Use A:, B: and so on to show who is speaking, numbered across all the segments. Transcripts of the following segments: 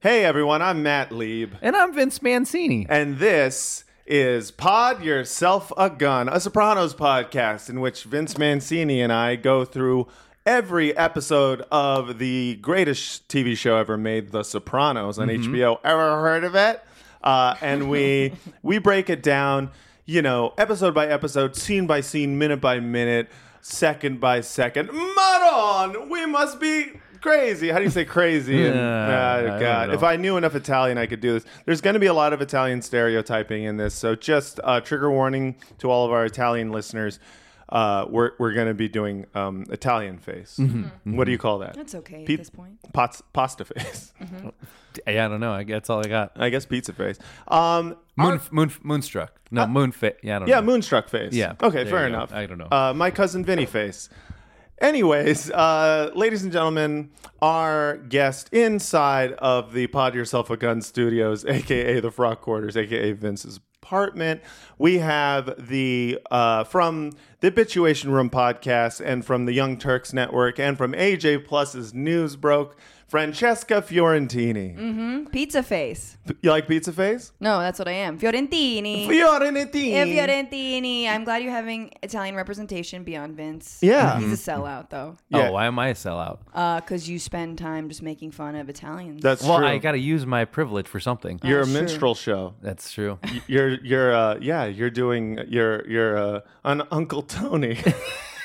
A: Hey everyone, I'm Matt Lieb,
B: And I'm Vince Mancini.
A: and this is Pod Yourself a Gun, a Sopranos podcast in which Vince Mancini and I go through every episode of the greatest TV show ever made, The Sopranos,
B: Mm-hmm.
A: on HBO. Ever heard of it? Uh, and we we break it down, you know, episode by episode, scene by scene, minute by minute, second by second. Mud on! We must be crazy. How do you say crazy?
B: Yeah,
A: in- Oh,
B: I don't
A: God.
B: know.
A: If I knew enough Italian, I could do this. There's going to be a lot of Italian stereotyping in this, so just uh, trigger warning to all of our Italian listeners. Uh, we're we're going to be doing um, Italian face.
B: Mm-hmm.
A: What do you call that?
C: Mm-hmm. That's okay at
A: Pe-
C: this point.
A: pots- pasta face.
B: Mm-hmm. Yeah, I don't know. I, that's all I got.
A: I guess pizza face. Um,
B: Moon, moon, moonstruck. No, moon fit. Yeah, I don't
A: yeah,
B: know.
A: moonstruck face.
B: Yeah,
A: Okay,
B: there
A: fair
B: you go.
A: enough.
B: I don't know.
A: Uh, my cousin Vinny face. Anyways, uh, ladies and gentlemen, our guest inside of the Pod Yourself a Gun Studios, aka the Frog Quarters, aka Vince's apartment, we have the uh, from the Bituation Room podcast and from the Young Turks Network and from AJ Plus's News Broke, Francesca Fiorentini.
C: Mm-hmm. Pizza face.
A: You like pizza face?
C: No, that's what I am. Fiorentini.
A: Fiorentini.
C: Yeah, Fiorentini. I'm glad you're having Italian representation beyond Vince.
A: Yeah. Mm-hmm.
C: He's a sellout, though.
A: Yeah.
B: Oh, why am I a sellout?
C: Because you spend time just making fun of Italians.
A: That's
B: well,
A: true.
B: I got to use my privilege for something.
A: You're a
C: That's true.
A: minstrel show.
B: That's true.
A: You're you're uh yeah, you're doing you're you're uh an Uncle Tony. Uh,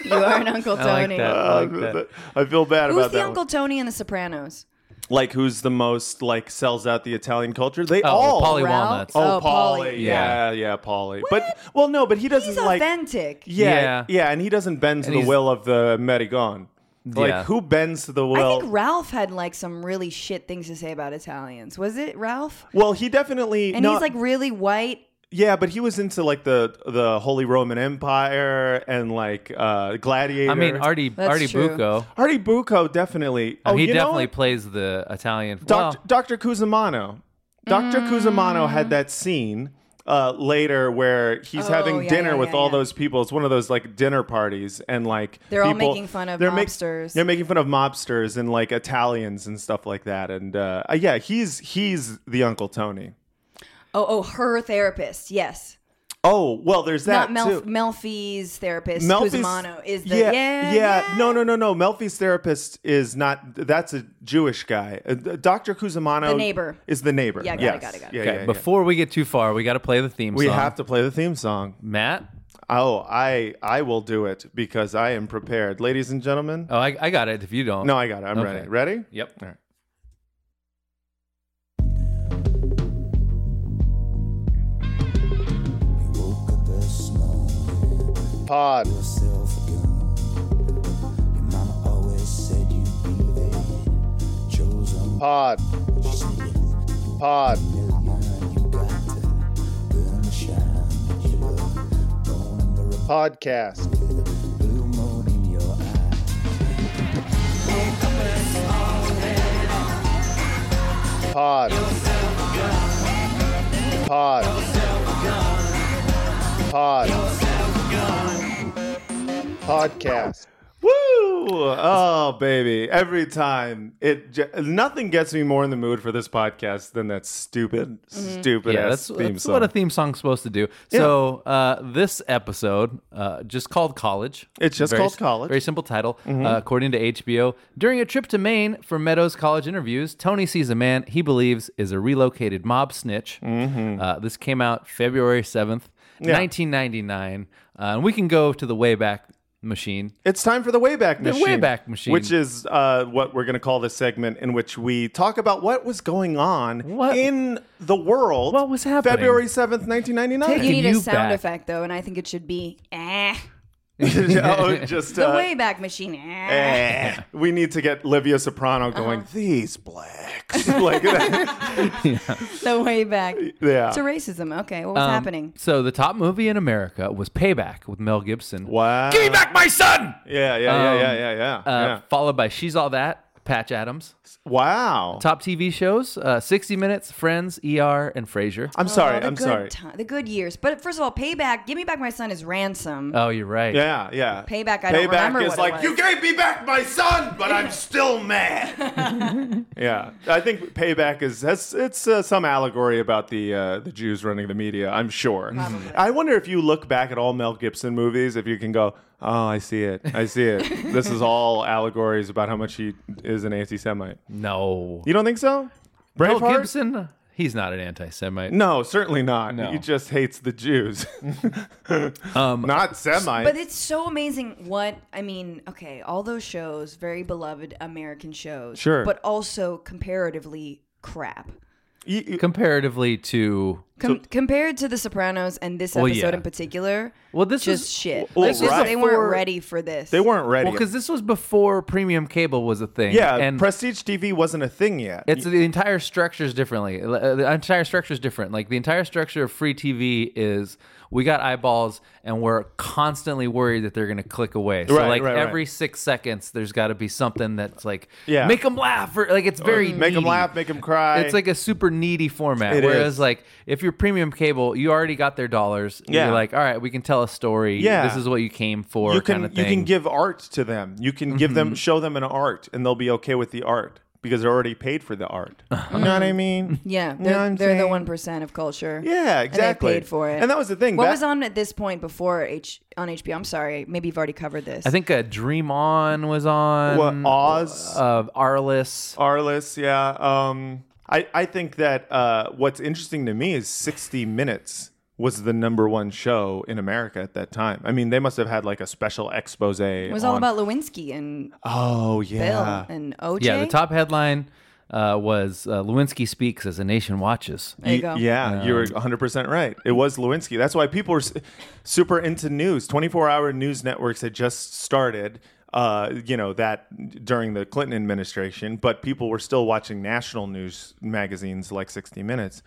C: you are an Uncle
B: I like
C: Tony.
B: that. I like that.
A: I feel bad
C: Who's
A: about
C: the
A: that.
C: Uncle
A: one.
C: Tony in The Sopranos?
A: Like who's the most like sells out the Italian culture? They
B: Oh,
A: all
B: Polly
C: Ralph?
B: Walnuts.
A: Oh,
C: Oh,
A: Paulie.
C: Paulie.
B: Yeah.
A: Yeah, yeah, Paulie. But well no, but he doesn't
C: He's
A: like
C: authentic.
A: Yeah, yeah,
B: Yeah.
A: and he doesn't bend to
B: And
A: the
B: he's-
A: will of the Medigon. Like
B: Yeah.
A: who bends to the will?
C: I think Ralph had like some really shit things to say about Italians. Was it Ralph?
A: well, he definitely
C: And
A: no,
C: he's like really white.
A: yeah, but he was into like the the Holy Roman Empire and like uh gladiator.
B: I mean, Artie,
C: That's
B: Artie
C: true.
B: Bucco.
A: Artie Bucco definitely.
B: Oh, he
A: you know
B: definitely
A: what?
B: plays the Italian.
A: Doc-
B: well,
A: Dr. Cusimano. Dr.
C: Mm.
A: Cusimano had that scene uh, later where he's
C: Oh,
A: having
C: yeah,
A: dinner
C: yeah,
A: with
C: yeah,
A: all
C: yeah.
A: those people. It's one of those like dinner parties and like
C: They're all
A: people-
C: making fun of
A: they're mak-
C: mobsters.
A: they're making fun of mobsters and like Italians and stuff like that. And uh, uh, yeah, he's he's the Uncle Tony.
C: Oh, oh, her therapist. Yes.
A: Oh well, there's that
C: Not Melf-
A: too.
C: Melfi's therapist.
A: Melfi's-
C: Cusimano is the
A: yeah,
C: yeah
A: yeah, No, no, no, no. Melfi's therapist is not. That's a Jewish guy. Uh, Dr. Cusimano,
C: The neighbor.
A: is the neighbor.
C: Yeah, got it,
A: yes.
C: got it, got it.
A: Yeah,
B: okay,
A: yeah, yeah.
B: before we get too far, we got to play the theme
A: we
B: song.
A: have to play the theme song.
B: Matt?
A: Oh, I I will do it because I am prepared, ladies and gentlemen.
B: Oh, I, I got it if you don't.
A: no, I got it. I'm
B: Okay.
A: ready. Ready?
B: Yep.
A: All right. Pod.
D: yourself again. Your mama always said you'd be the chosen
A: Pod.
D: She said if
A: Pod.
D: a million you got to burn the shine that you love. Born in the rebel
A: Podcast.
D: blue moon in your eye.
A: Pod.
E: Pod. Pod. Pod. Podcast.
A: Woo! Oh, baby. Every time it j- nothing gets me more in the mood for this podcast than that stupid,
C: Mm-hmm.
A: stupid
B: yeah,
A: ass
B: that's,
A: theme
B: that's
A: song.
B: what a theme song's supposed to do. So uh, this episode, uh, just called College.
A: It's just called College. Mm-hmm.
B: Very simple title. Uh, according to HBO, during a trip to Maine for Meadows College interviews, Tony sees a man he believes is a relocated mob snitch.
A: Mm-hmm.
B: Uh, this came out February 7th, 1999. Uh, and we can go to the Wayback Machine.
A: It's time for the Wayback Machine.
B: Wayback Machine.
A: Which is uh, what we're going to call this segment, in which we talk about what was going on
B: What-
A: in the world.
B: What was happening?
A: February 7th, 1999.
B: Take
C: You need a
B: you
C: sound
B: back.
C: effect though, and I think it should be eh.
A: oh, just
C: The
A: uh,
C: Wayback Machine. Eh.
A: eh. we need to get Livia Soprano going,
C: Uh-huh.
A: these blacks. like that.
C: The Wayback.
A: eh. Yeah.
C: So racism. Okay, what was
B: Um,
C: happening?
B: So the top movie in America was Payback with Mel Gibson.
A: Wow.
B: Give me back my son!
A: Yeah, yeah, yeah, yeah,
B: Um,
A: yeah, yeah.
B: Uh,
A: yeah.
B: Followed by She's All That, Patch Adams.
A: Wow.
B: Top TV shows: uh, 60 Minutes, Friends, ER, and Frasier.
A: I'm sorry.
C: Oh, the
A: I'm
C: good
A: sorry.
C: ti- the good years. But first of all, payback. Give me back my son is ransom.
B: Oh, you're right.
A: Yeah, yeah.
C: Payback, I don't remember
A: is
C: what it
A: like
C: was.
A: you gave me back my son, but I'm still mad. yeah, I think payback is that's it's uh, some allegory about the uh, the Jews running the media. I'm sure. I wonder if you look back at all Mel Gibson movies, if you can go, oh, I see it, I see it. this is all allegories about how much he is an anti-Semite.
B: No.
A: You don't think so? Braveheart.
B: Mel Gibson. He's not an anti-Semite.
A: No, certainly not.
B: No. Um,
A: He just hates the Jews. not Semite.
C: But it's so amazing what I mean. Okay, all those shows, very beloved American shows,
A: Sure.
C: but also comparatively crap.
A: You- you-
B: Comparatively to
C: Com- compared to The Sopranos and this
B: Well,
C: episode
B: Oh, yeah.
C: in particular,
B: Well, this
C: just
B: is-
C: shit.
A: well,
C: This is-
A: right.
C: They weren't
A: before-
C: ready for this.
A: they weren't ready.
B: well, because this was before premium cable was a thing.
A: Yeah,
B: and
A: prestige TV wasn't a thing yet.
B: It's the entire structure's differently. Uh, The entire structure's different. Like the entire structure of free TV is we got eyeballs and we're constantly worried that they're going to click away. So
A: Right,
B: like
A: right, right.
B: every 6 seconds there's got to be something that's like
A: Yeah.
B: make them laugh or like it's very
A: Uh, make them
B: needy.
A: laugh, make them cry.
B: It's like a super needy format.
A: It
B: whereas
A: is.
B: like if you're premium cable, you already got their dollars.
A: Yeah.
B: You're like, "All right, we can tell a story.
A: Yeah.
B: This is what you came for."
A: you can
B: kind of thing.
A: you
B: Mm-hmm.
A: can give art to them. You can give them show them an art, and they'll be okay with the art because they're already paid for the art.
B: Um,
A: You know what I mean?
C: Yeah,
A: You know
C: they're,
A: what I'm
C: they're the
A: saying?
C: one percent of culture.
A: Yeah, exactly.
C: And they paid for it,
A: And that was the thing,
C: What
A: back-
C: was on at this point before H on HBO? I'm sorry, maybe you've already covered this.
B: I think uh, Dream On was on.
A: What Oz,
B: Uh, Arliss.
A: Arliss? Yeah. Um, I I think that uh, what's interesting to me is 60 Minutes was the number one show in America at that time. I mean, they must have had like a special expose.
C: it was all about Lewinsky and
A: Oh
C: Bill
A: yeah.
C: and OJ.
B: Yeah, the top headline uh, was uh, Lewinsky speaks as the nation watches. Um,
C: There you
A: Y-
C: go.
A: Yeah, you're 100% right. It was Lewinsky. That's why people are s- super into news. 24 hour news networks had just started, uh, you know, that during the Clinton administration, but people were still watching national news magazines like 60 Minutes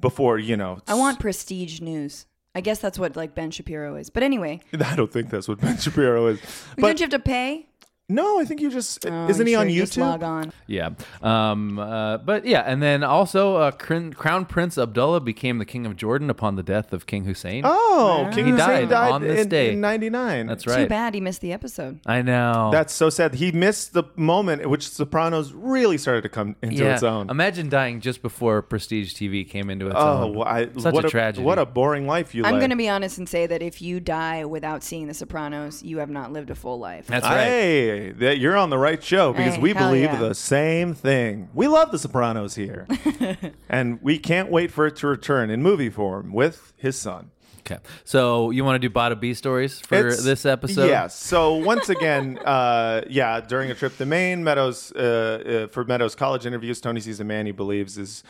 A: before, you know.
C: I want prestige news. I guess that's what like Ben Shapiro is. But anyway,
A: I don't think that's what Ben Shapiro is.
C: don't
A: But
C: you have to pay?
A: no, I think you just.
C: Oh,
A: isn't
C: I'm
A: he
C: sure
A: on
C: you Just log
A: YouTube?
C: on.
B: Yeah. Um, uh, but yeah, and then also uh, Crin- Crown Prince Abdullah became the king of Jordan upon the death of King Hussein.
A: Oh, King
B: He
A: Hussein
B: died
A: died
B: on this
A: in,
B: day.
A: in 99.
B: That's
C: Too
B: right.
C: bad he missed the episode.
B: I know.
A: That's so sad. He missed the moment at which Sopranos really started to come into
B: yeah.
A: its own.
B: Imagine dying just before Prestige TV came into its
A: Oh,
B: own.
A: well, I,
B: Such
A: what
B: a tragedy.
A: What a boring life you
C: I'm
A: led.
C: going to be honest and say that if you die without seeing The Sopranos, you have not lived a full life.
B: That's right.
A: Hey, that you're on the right show because
C: Hey,
A: we
C: hell
A: believe
C: yeah.
A: the same thing. We love The Sopranos here, and we can't wait for it to return in movie form with his son.
B: Okay. So you want to do Bada B stories for
A: It's-
B: this episode?
A: Yeah. So once again, uh, yeah, during a trip to Maine, Meadows uh, uh, for Meadows College interviews, Tony sees a man he believes is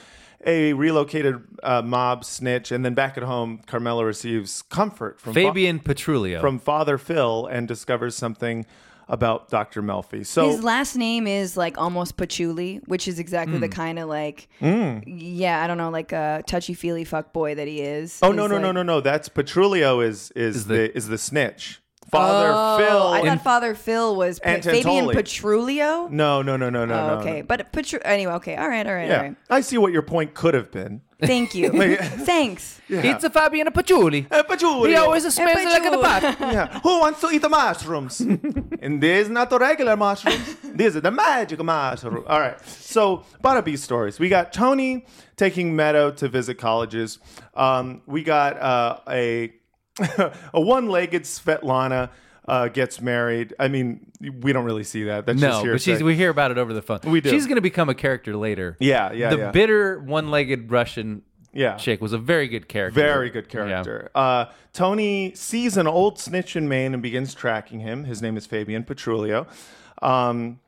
A: a relocated uh, mob snitch, and then back at home, Carmela receives comfort from Fa-
B: Fabian Petrulio.
A: from Father Phil and discovers something about Dr. Melfi. So
C: His last name is like almost patchouli, which is exactly the
A: Hmm.
C: kind of like,
A: Mm.
C: yeah, I don't know, like a touchy feely fuck boy that he is.
A: Oh no
C: He's
A: no no
C: like-
A: no no! That's Petrulio is is,
B: Is
A: the,
B: the-
A: is the snitch. Father Phil.
C: Oh, I
A: and-
C: thought Father Phil was Pa-
A: and
C: Fabian
A: Tantoli.
C: Petrulio.
A: no, no, no, no, no,
C: Oh,
A: no.
C: okay,
A: no.
C: but Petru- anyway, okay, all right, all right, all
A: Yeah,
C: right.
A: I see what your point could have been.
C: Thank you. Thanks.
B: It's a Fabian and a patchouli.
A: Uh, but you-
B: He always smells like a pot.
A: Yeah. Who wants to eat the mushrooms? and these not the regular mushrooms. These are the magic mushrooms. All right. So, Bada Bee stories. We got Tony taking Meadow to visit colleges. Um, we got uh, a a one-legged Svetlana uh, gets married. I mean, we don't really see that. That's just
B: No,
A: here.
B: but she's, we hear about it over the phone.
A: We do.
B: She's going to become a character later.
A: Yeah, yeah,
B: The
A: yeah.
B: bitter one-legged Russian
A: Yeah.
B: chick was a very good character.
A: Very good
B: Yeah.
A: character. Uh, Tony sees an old snitch in Maine and begins tracking him. His name is Fabian Petrulio. Um,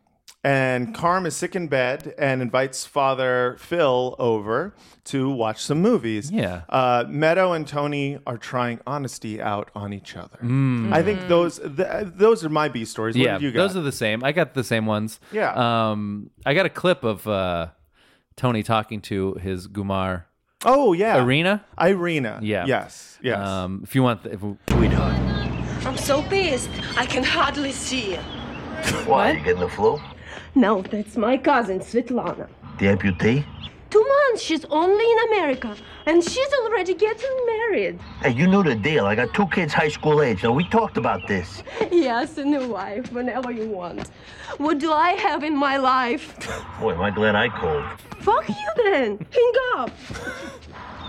A: and Carm is sick in bed and invites Father Phil over to watch some movies.
B: Yeah.
A: Uh, Meadow and Tony are trying honesty out on each other. I think those th- those are my B stories. What
B: Mm. Yeah,
A: have you got?
B: those are the same. I got the same ones.
A: Yeah.
B: Um, I got a clip of uh, Tony talking to his Gumar
A: oh yeah,
B: Arena.
A: Irina.
B: Yeah.
A: Yes. Yes.
B: Um, if you want, the, if we,
E: I'm so pissed, I can hardly see him.
F: Why? You getting the flu?
E: No, that's my cousin, Svetlana.
F: The amputee?
E: Two months, she's only in America, and she's already getting married.
F: Hey, you know the deal. I got two kids high school age. Now, we talked about this.
E: Yes, and a wife, whenever you want. What do I have in my life?
F: Boy, am I glad I called.
E: Fuck you then! Hang up!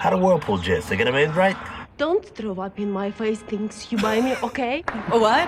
F: How do whirlpool jets? They get them in right?
E: Don't throw up in my face things you buy me, okay?
C: What?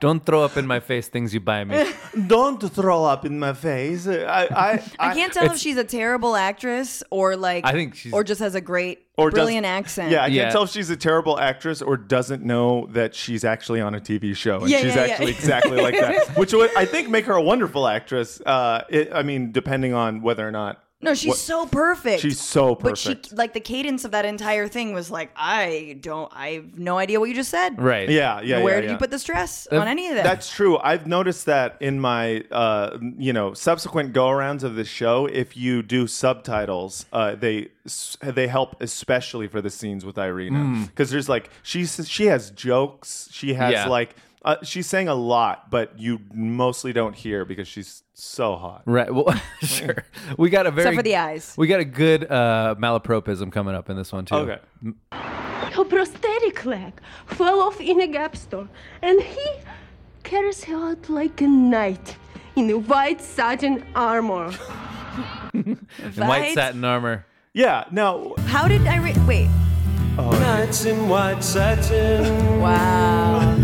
B: don't throw up in my face things you buy me.
A: Don't throw up in my face. I I,
C: I can't tell if she's a terrible actress or like
B: I think she's-
C: or just has a great
A: or does-
C: brilliant accent.
A: Yeah, I
B: Yeah.
A: can't tell if she's a terrible actress or doesn't know that she's actually on a TV show and
C: Yeah,
A: she's
C: yeah, yeah.
A: actually exactly like that, which would I think make her a wonderful actress. Uh, it, I mean, depending on whether or not.
C: No, she's
A: what-
C: so perfect.
A: She's so
C: But
A: perfect.
C: she like the cadence of that entire thing was like, I don't I have no idea what you just said.
B: right.
A: Yeah, yeah.
C: Where
A: yeah,
C: did
A: yeah.
C: you put the stress on any of that?
A: That's true. I've noticed that in my, uh, you know, subsequent go-arounds of the show. If you do subtitles, uh, they s- they help especially for the scenes with
C: Hmm.
A: Irina because there's like she's she has jokes. She has
B: Yeah.
A: like uh, she's saying a lot, but you mostly don't hear because she's so hot.
B: Right. Well, sure. We got a very
C: for the eyes.
B: We got a good uh, malapropism coming up in this one too.
A: Okay.
E: Her prosthetic leg fell off in a gap store, and he carries her out like a knight in a white satin armor.
B: And white
C: Right?
B: satin armor.
A: Yeah. Now,
C: How did I re- wait?
A: Oh,
G: Nights in white satin,
C: Wow.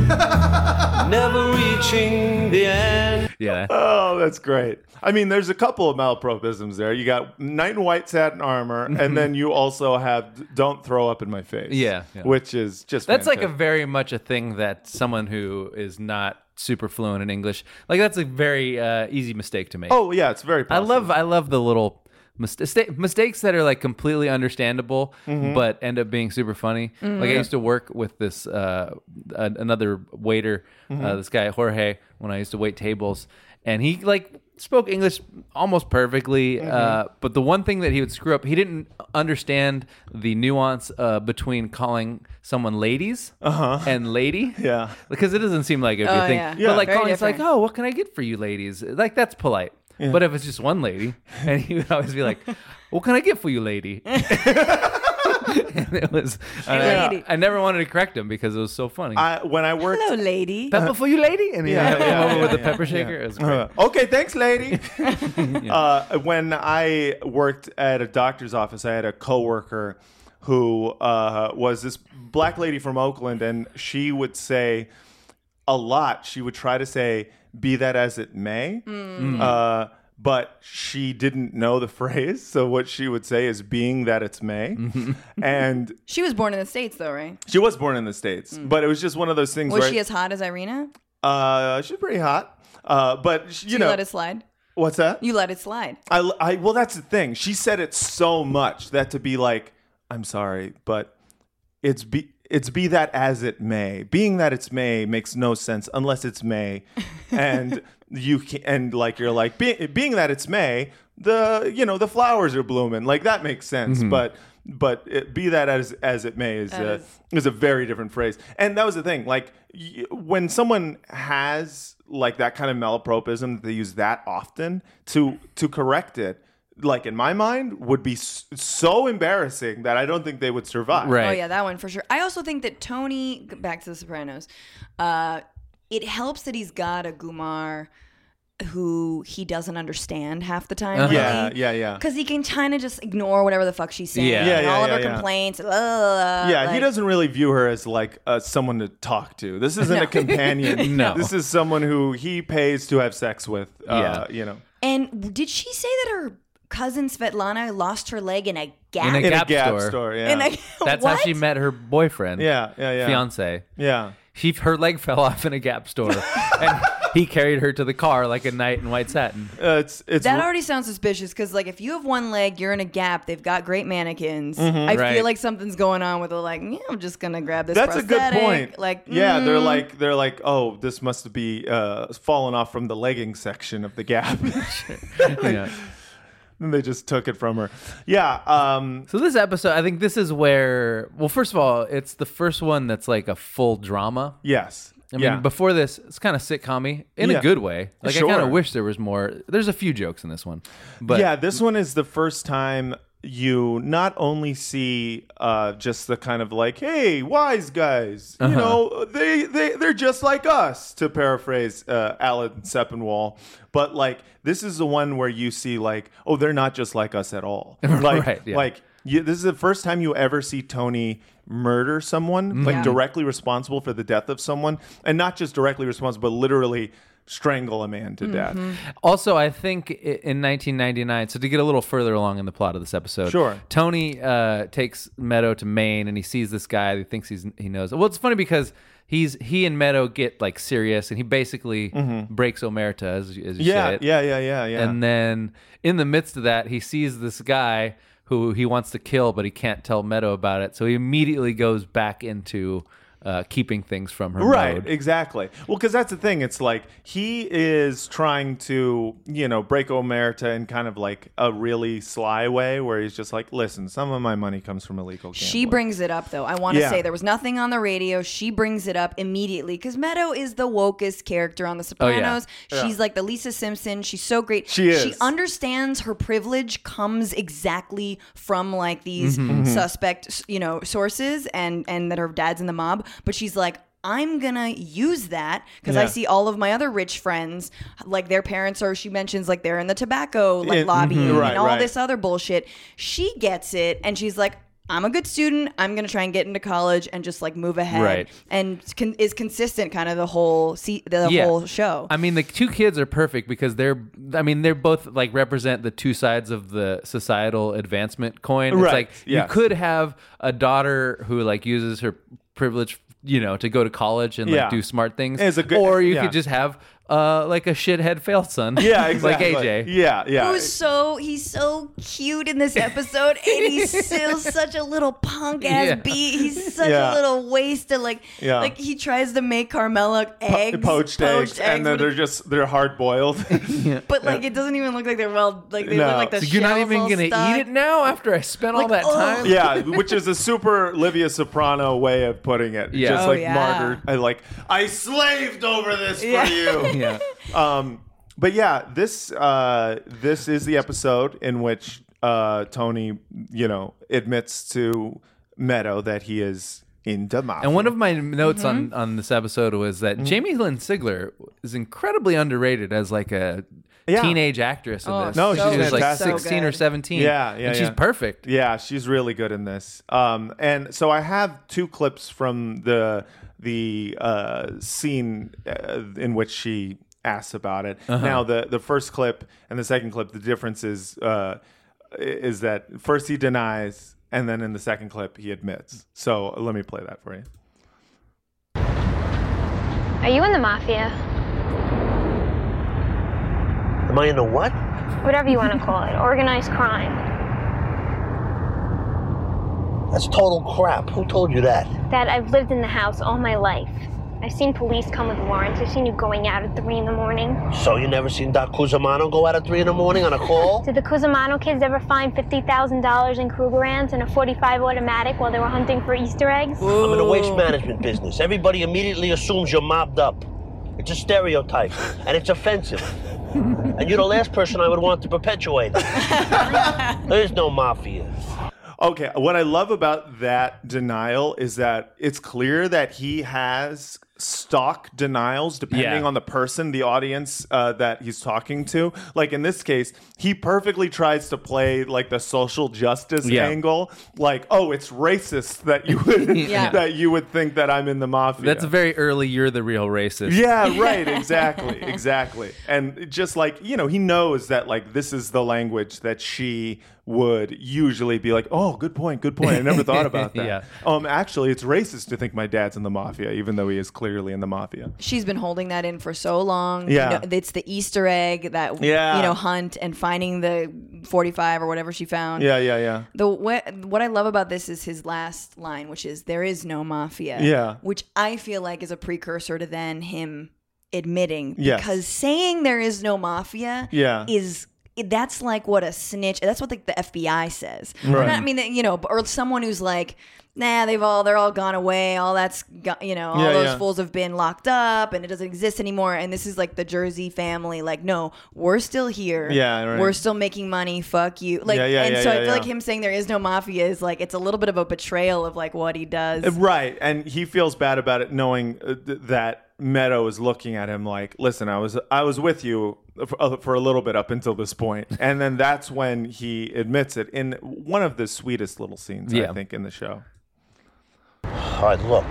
G: never reaching the end.
B: Yeah.
A: oh, that's great. I mean, there's a couple of malapropisms there. You got knight in white satin armor, and then you also have don't throw up in my face.
B: Mm-hmm. Yeah, yeah.
A: which is just
B: That's like a
A: fantastic.
B: very much a thing that someone who is not super fluent in English, like that's a very uh, easy mistake to make.
A: Oh yeah, it's very.
B: I
A: Possible.
B: love I love the little mistake, mistakes that are like completely understandable
A: Mm-hmm.
B: but end up being super funny. Like I used to work with this uh, an- another waiter,
A: Mm-hmm.
B: uh, this guy Jorge, when I used to wait tables, and he like spoke English almost perfectly.
A: Mm-hmm.
B: Uh, but the one thing that he would screw up, he didn't understand the nuance uh, between calling someone ladies and lady.
A: Uh-huh. Yeah.
B: because it doesn't seem like it. if you
C: Oh,
B: think,
C: yeah.
A: Yeah.
B: but like
C: Very
B: calling, it's like
C: different.
B: oh, what can I get for you ladies? Like, that's polite. But if it's just one lady, and he would always be like, what can I get for you, lady? and it was, I-
C: lady.
B: I, never wanted to correct him because it was so funny.
A: I, when I worked.
C: Hello, lady.
G: Uh,
B: pepper for you, lady? And he
A: Yeah,
B: came
A: yeah,
B: over
A: yeah,
B: with the
A: yeah,
B: pepper shaker. It was great.
A: Uh, okay, thanks, lady. uh, when I worked at a doctor's office, I had a coworker who uh, was this black lady from Oakland, and she would say a lot. She would try to say "be that as it may,"
C: Mm.
A: uh, but she didn't know the phrase. So what she would say is "being that it's may," and
C: She was born in the states though, right?
A: she was born in the states, but it was just one of those things.
C: Mm. Was
A: where
C: she as hot as Irina?
A: Uh, she's pretty hot. Uh, but she, you,
C: You
A: know
C: let it slide.
A: what's that?
C: You let it slide.
A: I, I well, that's the thing. She said it so much that to be like, I'm sorry, but it's be it's be that as it may. Being that it's may makes no sense unless it's may, and you can, and like you're like be, being that it's may. the you know the flowers are blooming. Like that makes sense, but. But it, be that as as it may, is a, is a very different phrase, and that was the thing. Like y- when someone has like that kind of malapropism, they use that often to to correct it. Like in my mind, would be s- so embarrassing that I don't think they would survive.
B: Right.
C: Oh yeah, that one for sure. I also think that Tony, back to The Sopranos, uh, it helps that he's got a Gumar who he doesn't understand half the time.
B: Uh-huh.
A: Yeah,
C: really.
A: yeah, yeah.
C: Because he can kind of just ignore whatever the fuck she's saying.
B: Yeah.
C: and
B: Yeah,
A: yeah,
C: all of
A: yeah,
C: her
A: yeah.
C: complaints. blah, blah, blah,
A: Yeah, he
C: uh, like-
A: doesn't really view her as like uh, someone to talk to. This isn't a companion.
B: No.
A: this is someone who he pays to have sex with. Uh,
B: Yeah.
A: you know,
C: And did she say that her cousin Svetlana lost her leg in a gap?
B: In
A: in
B: Gap
A: a Gap store.
B: store.
A: yeah,
C: In a-
B: That's
C: what?
B: how she met her boyfriend.
A: yeah, yeah, yeah,
B: Fiance.
A: yeah.
B: She her leg fell off in a Gap store, and he carried her to the car like a knight in white satin.
A: Uh, it's it's
C: That already sounds suspicious because, like, if you have one leg, you're in a gap. They've got great mannequins.
A: Mm-hmm.
C: I
B: Right.
C: feel like something's going on with the like. Yeah, I'm just gonna grab this.
A: that's a good
C: prosthetic,"
A: point.
C: Like,
A: yeah, they're
C: mm.
A: like they're like, oh, this must be uh, fallen off from the legging section of the Gap.
B: Yeah.
A: and they just took it from her. Yeah, um,
B: So this episode, I think this is where. Well, first of all, it's the first one that's like a full drama.
A: yes,
B: I mean,
A: yeah.
B: before this, it's kind of sitcom-y in
A: Yeah.
B: a good way. Like I kind
A: Sure.
B: of wish there was more. There's a few jokes in this one, but
A: yeah, this one is the first time you not only see uh, just the kind of like, hey, wise guys, you
B: Uh-huh.
A: know, they they they're just like us, to paraphrase uh, Alan Sepinwall, but like this is the one where you see like, oh, they're not just like us at all. Like
B: Right, yeah.
A: like you, this is the first time you ever see Tony murder someone, like directly responsible for the death of someone, and not just directly responsible, but literally strangle a man to
B: Mm-hmm.
A: death.
B: Also, I think i- in 1999, so to get a little further along in the plot of this episode,
A: Sure.
B: Tony uh, takes Meadow to Maine, and he sees this guy. He thinks he's he knows. Well, it's funny because he's he and Meadow get like serious, and he basically breaks Omerta, as, you- as you
A: Mm-hmm. Yeah,
B: say it.
A: yeah, yeah, yeah, yeah.
B: And then in the midst of that, he sees this guy who he wants to kill, but he can't tell Meadow about it. So he immediately goes back into uh, keeping things from her.
A: right
B: mode.
A: exactly well because that's the thing it's like he is trying to you know break omerta in kind of like a really sly way where he's just like listen some of my money comes from illegal gambling.
C: She brings it up though. I want to
A: Yeah.
C: say there was nothing on the radio. She brings it up immediately because Meadow is the wokest character on The Sopranos. She's like the Lisa Simpson. She's so great.
A: Oh, She
C: She
A: is.
C: understands her privilege comes exactly from like these
A: Mm-hmm.
C: suspect, you know, sources and and that her dad's in the mob. But she's like. I'm gonna use that because I
A: Yeah.
C: see all of my other rich friends, like their parents are. She mentions like they're in the tobacco like
A: Yeah,
C: lobby
A: mhm, right,
C: and all
A: right.
C: this other bullshit. She gets it and she's like, I'm a good student. I'm going to try and get into college and just like move ahead.
B: Right.
C: And con- is consistent kind of the whole se- the
B: Yeah.
C: whole show.
B: I mean, the two kids are perfect because they're. I mean, they're both like represent the two sides of the societal advancement coin. It's
A: Right,
B: like
A: yes.
B: you could have a daughter who like uses her privilege, you know, to go to college and
A: Yeah.
B: like do smart things,
A: As a good-
B: or you
A: yeah.
B: could just have uh like a shithead failed son.
A: yeah exactly
B: like AJ.
A: yeah yeah
C: Who's so he's so cute in this episode, and he's still such a little punk ass
B: Yeah.
C: beat. He's such a
A: Yeah.
C: little wasted. Like,
A: Yeah.
C: like he tries to make Carmela eggs,
A: poached, eggs, and then
C: but,
A: they're just they're hard boiled
C: but, like it doesn't even look like they're well. Like they
A: No.
C: look like the
B: So you're not
C: shells
B: even
C: all
B: gonna
C: stuck.
B: eat it now after I spent all
C: Like,
B: that
C: oh.
B: time.
A: yeah, which is a super Livia Soprano way of putting it.
B: Yeah.
A: Just
B: Oh,
A: like
C: yeah.
A: martyred. I like I slaved over this for you.
B: Yeah.
A: Um but yeah, this uh this is the episode in which uh Tony, you know, admits to Meadow that he is into mafia. Mm-hmm.
B: And one of my notes on, on this episode was that Jamie Lynn Sigler is incredibly underrated as like a
A: Yeah.
B: teenage actress in this.
A: No, so
B: she was like
A: fantastic. so
B: 16 or
C: good.
B: 17.
A: Yeah, yeah,
B: And she's
A: yeah.
B: perfect.
A: Yeah, she's really good in this. Um, and so I have two clips from the the uh, scene uh, in which she asks about it.
B: Uh-huh.
A: Now the the first clip and the second clip, the difference is uh, is that first he denies, and then in the second clip he admits. So let me play that for you.
H: Are you in the mafia?
F: Am I in the what?
H: Whatever you want to call it, organized crime.
F: That's total crap. Who told you that?
H: That I've lived in the house all my life. I've seen police come with warrants. I've seen you going out at three in the morning.
F: So you never seen Doc Cusimano go out at three in the morning on a call?
H: Did the Cusimano kids ever find $50,000 in Krugerrands and a 45 automatic while they were hunting for Easter eggs?
F: I'm in the waste management business. Everybody immediately assumes you're mobbed up. It's a stereotype, and it's offensive. and you're the last person I would want to perpetuate. There's no mafia.
A: Okay, what I love about that denial is that it's clear that he has stock denials
B: Yeah.
A: depending on the person, the audience uh, that he's talking to. Like in this case, he perfectly tries to play like the social justice
B: Yeah.
A: angle, like oh, it's racist that you would
C: Yeah.
A: that you would think that I'm in the mafia.
B: That's very early. You're the real racist.
A: Yeah, right, exactly, exactly. And just like, you know, he knows that like this is the language that she would usually be like, "Oh, good point, good point. I never thought about that."
B: Yeah.
A: Um actually, it's racist to think my dad's in the mafia even though he is clearly in the mafia.
C: she's been holding that in for so long. You
A: Yeah.
C: know, it's the Easter egg that
A: Yeah.
C: you know hunt and finding the forty-five or whatever she found.
A: Yeah, yeah, yeah.
C: The what, what I love about this is his last line, which is "There is no mafia."
A: Yeah.
C: which I feel like is a precursor to then him admitting
A: Yes.
C: because saying there is no mafia
A: Yeah.
C: is that's like what a snitch that's what like the FBI says
A: Right.
C: Not- I mean you know or someone who's like nah they've all they're all gone away all that's go- you know all
A: Yeah,
C: those
A: yeah.
C: fools have been locked up and it doesn't exist anymore and this is like the Jersey family like no we're still here
A: Yeah, right.
C: we're still making money fuck you like
A: Yeah, yeah,
C: and
A: yeah,
C: so I
A: yeah,
C: feel like
A: yeah.
C: him saying there is no mafia is like it's a little bit of a betrayal of like what he does
A: Uh, Right, and he feels bad about it knowing uh, th- that Meadow is looking at him like, "Listen, I was I was with you for, uh, for a little bit up until this point." And then that's when he admits it in one of the sweetest little scenes I
B: Yeah.
A: think in the show.
F: All right, look.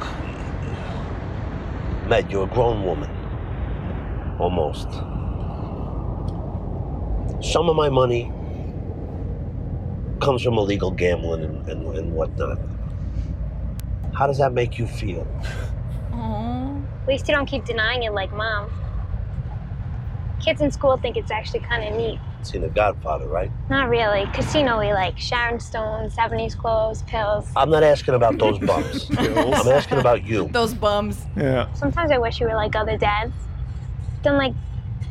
F: Med, you're a grown woman. Almost. Some of my money comes from illegal gambling and, and, and whatnot. How does that make you feel?
H: At least you don't keep denying it like mom. Kids in school think it's actually kind of neat.
F: Seen The Godfather, right?
H: Not really. Casino y like Sharon Stone, 70s clothes, pills.
F: I'm not asking about those bums. I'm asking about you.
C: those bums
A: Yeah.
H: Sometimes I wish you were like other dads. Then, like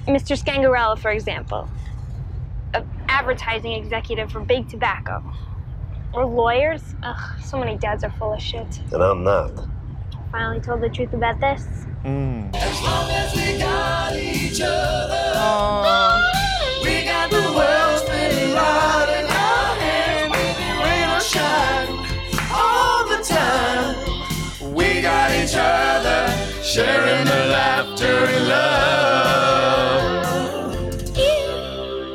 H: Mr. Scangarella, for example, an advertising executive for big tobacco. Or lawyers. Ugh, so many dads are full of shit.
F: And I'm not.
H: Finally told the truth about this.
A: We got each other sharing the laughter and love.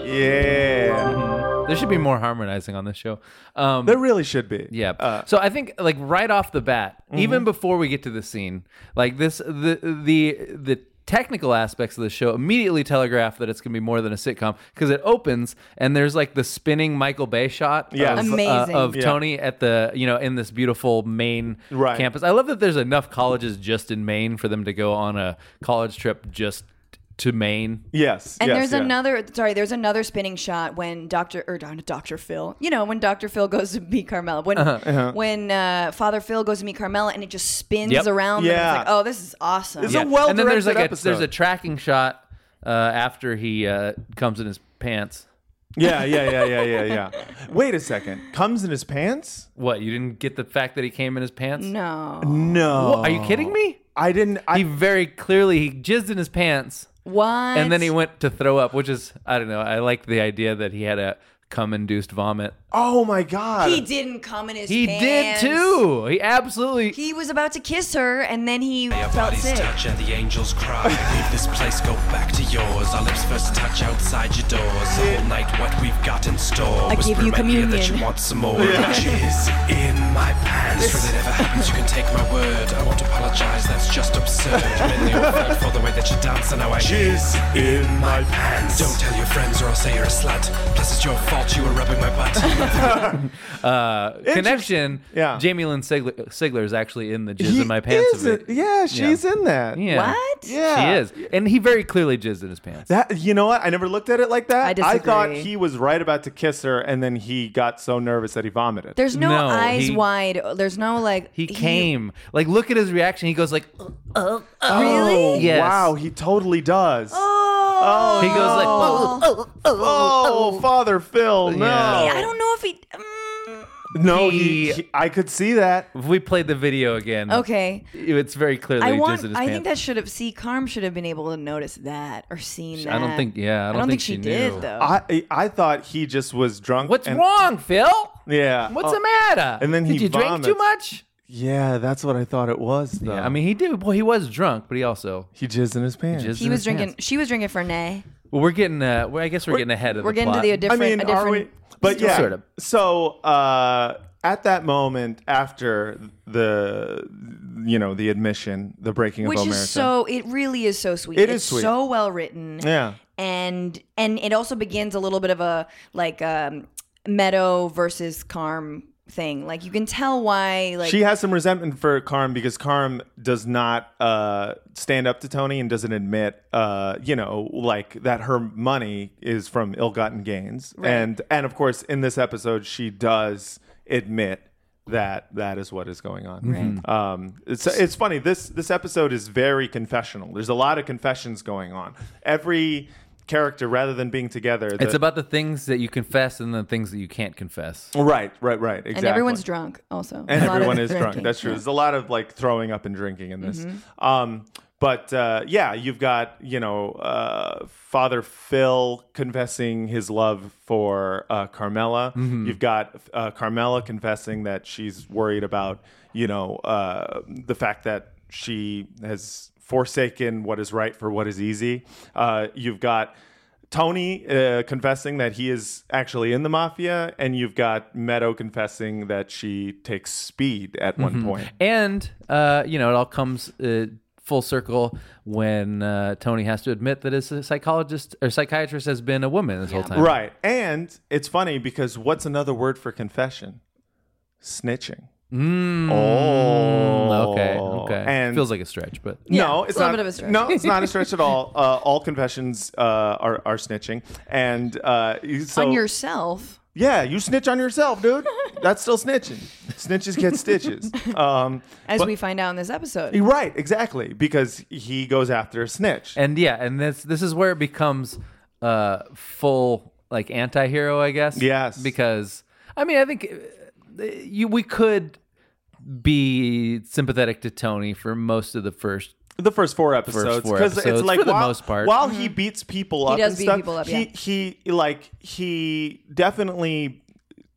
A: Yeah.
B: Mm-hmm. There should be more harmonizing on this show. Um,
A: There really should be.
B: Yeah.
A: Uh, Mm-hmm.
B: so I think like right off the bat, even before we get to the scene, like this the the the technical aspects of the show immediately telegraph that it's going to be more than a sitcom because it opens and there's like the spinning Michael Bay shot
A: Yeah.
B: of, uh,
C: Amazing.
B: of
A: Yeah.
B: Tony at the you know in this beautiful Maine
A: Right.
B: campus. I love that there's enough colleges just in Maine for them to go on a college trip just to Maine.
A: yes.
C: And
A: yes,
C: there's
A: yeah.
C: another sorry, there's another spinning shot when Doctor or Doctor Phil, you know, when Doctor Phil goes to meet Carmela, when
B: Uh-huh,
C: when uh, Father Phil goes to meet Carmela, and it just spins
B: Yep.
C: around. them.
A: Yeah.
C: it's like oh, this is awesome.
A: It's a well
B: and then there's like
A: directed
B: a, there's
A: episode.
B: a tracking shot uh, after he uh, comes in his pants.
A: Yeah, yeah, yeah, yeah, yeah, yeah. Wait a second. Comes in his pants?
B: What you didn't get the fact that he came in his pants?
C: no,
A: No.
B: What, are you kidding me?
A: I didn't. I,
B: He very clearly he jizzed in his pants,
C: what?
B: and then he went to throw up, which is I don't know. I like the idea that he had a cum-induced vomit.
A: oh my god.
C: He didn't come in his.
B: He
C: pants.
B: did too. He absolutely.
C: He was about to kiss her, and then he felt
I: bodies
C: sick.
I: touch and the angels cry. Leave this place, go back to yours. Our lips first touch outside your doors. All night, what we've got in store.
C: I give you
I: Whisper in my ear that
C: communion.
I: you want some more. Jizz in my pants. If it ever happens, you can take my word. I won't apologize. That's just absurd. Men, they all fight for the way that you dance, and now I jizz in my pants. Don't tell your friends, or I'll say you're a slut. Plus, it's your fault you were rubbing my butt.
B: uh, connection.
A: Yeah.
B: Jamie Lynn Sigler, Sigler is actually in the jizz in my pants.
A: is
B: of it.
A: it? Yeah, she's in that.
B: Yeah.
A: What? Yeah.
B: she is, and he very clearly jizzed in his pants.
A: That you know what? I never looked at it like that.
B: I
A: thought
B: disagree.
A: he was right about to kiss her, and then he got so nervous that he vomited.
C: There's no, eyes
B: he-
C: wide. There's no like.
B: He came. Like, look at his reaction. He goes like, "Ugh."
C: Oh,
A: Oh,
B: Yes.
A: Wow, he totally does.
C: Oh,
B: he goes like,
C: oh, oh, oh,
A: Oh, Father Phil, no.
B: oh."
C: Yeah, I don't know if he.
A: No, he, he- I could see that.
B: If we played the video again,
C: Okay.
B: it's very clearly
C: I
B: jizzed
C: want.
B: in his
C: I
B: pants.
C: think that should have. See, Carm should have been able to notice that or seen that.
B: I don't think. Yeah, I don't,
C: think, she, did though.
A: I I- I thought he just was drunk.
B: What's
A: and-
B: wrong, Phil?
A: Yeah.
B: What's
A: Oh,
B: the matter?
A: And then
B: did
A: he
B: you drink too
A: vomits.
B: much?
A: Yeah, that's what I thought it was. Though.
B: I mean, he did. Well, he was drunk, but he also
A: he jizzed in his pants.
B: jizzed
C: he
B: in
C: was
B: his
C: drinking.
B: pants.
C: She was drinking Fernet.
B: Well, we're getting. Uh, well, I guess we're, getting ahead of.
C: We're
B: the
C: getting to
B: plot.
C: the a different. a different
A: But yeah,
B: Sort of.
A: So uh, at that moment, after the you know the admission, the breaking
C: which
A: of
C: is so
A: America,
C: it really is so sweet
A: It
C: it's
A: is sweet.
C: so well written
A: Yeah.
C: and and it also begins a little bit of a like um meadow versus carm thing like you can tell why like
A: she has some resentment for Carm because Carm does not uh, stand up to Tony and doesn't admit, uh, you know, like that her money is from ill-gotten gains, and and of course in this episode she does admit that that is what is going on.
B: Mm-hmm.
C: Right.
A: Um, it's it's funny this this episode is very confessional. There's a lot of confessions going on. Every character, rather than being together, the-
B: It's about the things that you confess and the things that you can't confess.
A: right, right, right, exactly.
C: and everyone's drunk also
A: and
C: A lot of
A: everyone is
C: drinking.
A: drunk. That's
C: Yeah.
A: true.
C: Mm-hmm.
A: There's a lot of like throwing up and drinking in this. Um, but uh, yeah, you've got you know uh, Father Phil confessing his love for uh, Carmela. You've got uh, Carmela confessing that she's worried about you know uh, the fact that she has forsaken what is right for what is easy. Uh, you've got Tony uh, confessing that he is actually in the mafia, and you've got Meadow confessing that she takes speed at one point.
B: And uh, you know, it all comes uh, full circle when uh, Tony has to admit that his psychologist or psychiatrist has been a woman this whole time.
A: Right. And it's funny because what's another word for confession? Snitching. Oh.
B: Mm, Okay. Okay.
A: And
B: Feels like a stretch, but
A: no, it's
C: a little
A: not
C: bit of a stretch.
A: No, it's not a stretch at all. Uh, all confessions uh, are, are snitching. And uh, you- so
C: on yourself
A: Yeah, you snitch on yourself, dude. That's still snitching. Snitches get stitches. Um,
C: as
A: but-
C: we find out in this episode
A: Right, exactly, because he goes after a snitch.
B: and yeah, and this this is where it becomes uh full like anti-hero, I guess.
A: Yes.
B: Because I mean, I think uh, you we could be sympathetic to Tony for most of the first
A: the first four episodes,
B: four
A: because it's
B: episodes,
A: like
B: for the
A: while,
B: most part.
A: while he beats people up,
C: Mm-hmm. does
A: and
C: beat
A: stuff,
C: people up,
A: He,
C: yeah.
A: he like he definitely.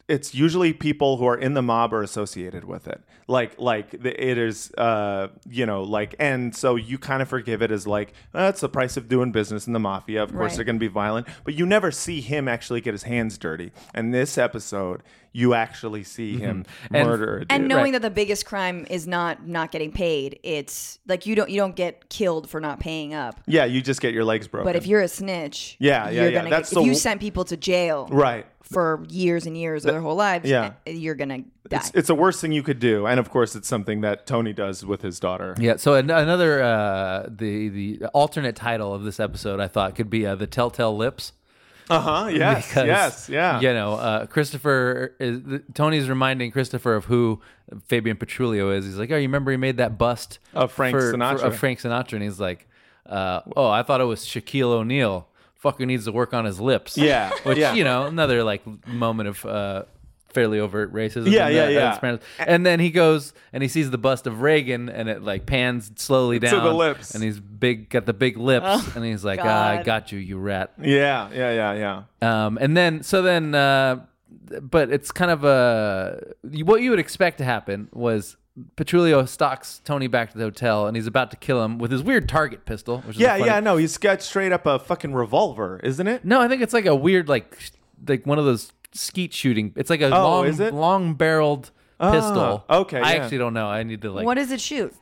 A: It's usually people who are in the mob are associated with it. Like like the, it is, uh, you know, like and so you kind of forgive it as like that's the price of doing business in the mafia. Of course
C: Right.
A: they're going to be violent, but you never see him actually get his hands dirty. And this episode, you actually see him
B: Mm-hmm. And-
A: murder. a dude.
C: and knowing that the biggest crime is not not getting paid it's like you don't you don't get killed for not paying up
A: yeah, you just get your legs broken.
C: But if you're a snitch,
A: Yeah, yeah,
C: you're
A: yeah.
C: Gonna
A: That's
C: get,
A: the
C: if you
A: w-
C: sent people to jail,
A: right,
C: for years and years of their whole lives,
A: yeah.
C: eh, you're gonna die.
A: It's, it's the worst thing you could do, and of course, it's something that Tony does with his daughter.
B: Yeah. So an- another uh, the the alternate title of this episode I thought could be uh, the Telltale Lips.
A: Uh huh. Yes. yes. Yeah.
B: You know, uh, Christopher is Tony's reminding Christopher of who Fabian Petrullio is. He's like, "Oh, you remember he made that bust
A: Of Frank Sinatra.
B: of Frank Sinatra?" And he's like, uh, "Oh, I thought it was Shaquille O'Neal. Fucker needs to work on his lips."
A: Yeah,
B: Which
A: yeah.
B: you know, another like moment of. Uh, Fairly overt racism.
A: Yeah,
B: in
A: yeah,
B: the- in
A: yeah.
B: Sopranos. And then he goes and he sees the bust of Reagan, and it like pans slowly down
A: the lips.
B: and he's big, got the big lips, and he's like, ah, "I
C: God.
B: got you, you rat."
A: Yeah. Yeah. Yeah. Yeah.
B: Um, and then, so then, uh, but it's kind of a what you would expect to happen was Petrullio stalks Tony back to the hotel, and he's about to kill him with his weird target pistol. Which is
A: Yeah.
B: funny-
A: Yeah. No, he's got straight up a fucking revolver, isn't it?
B: No, I think it's like a weird, like sh- like one of those skeet shooting. It's like a long,
A: Oh, is it? Ah,
B: long barreled pistol.
A: okay,
B: I
A: yeah.
B: actually don't know. I need to like.
C: what does it shoot?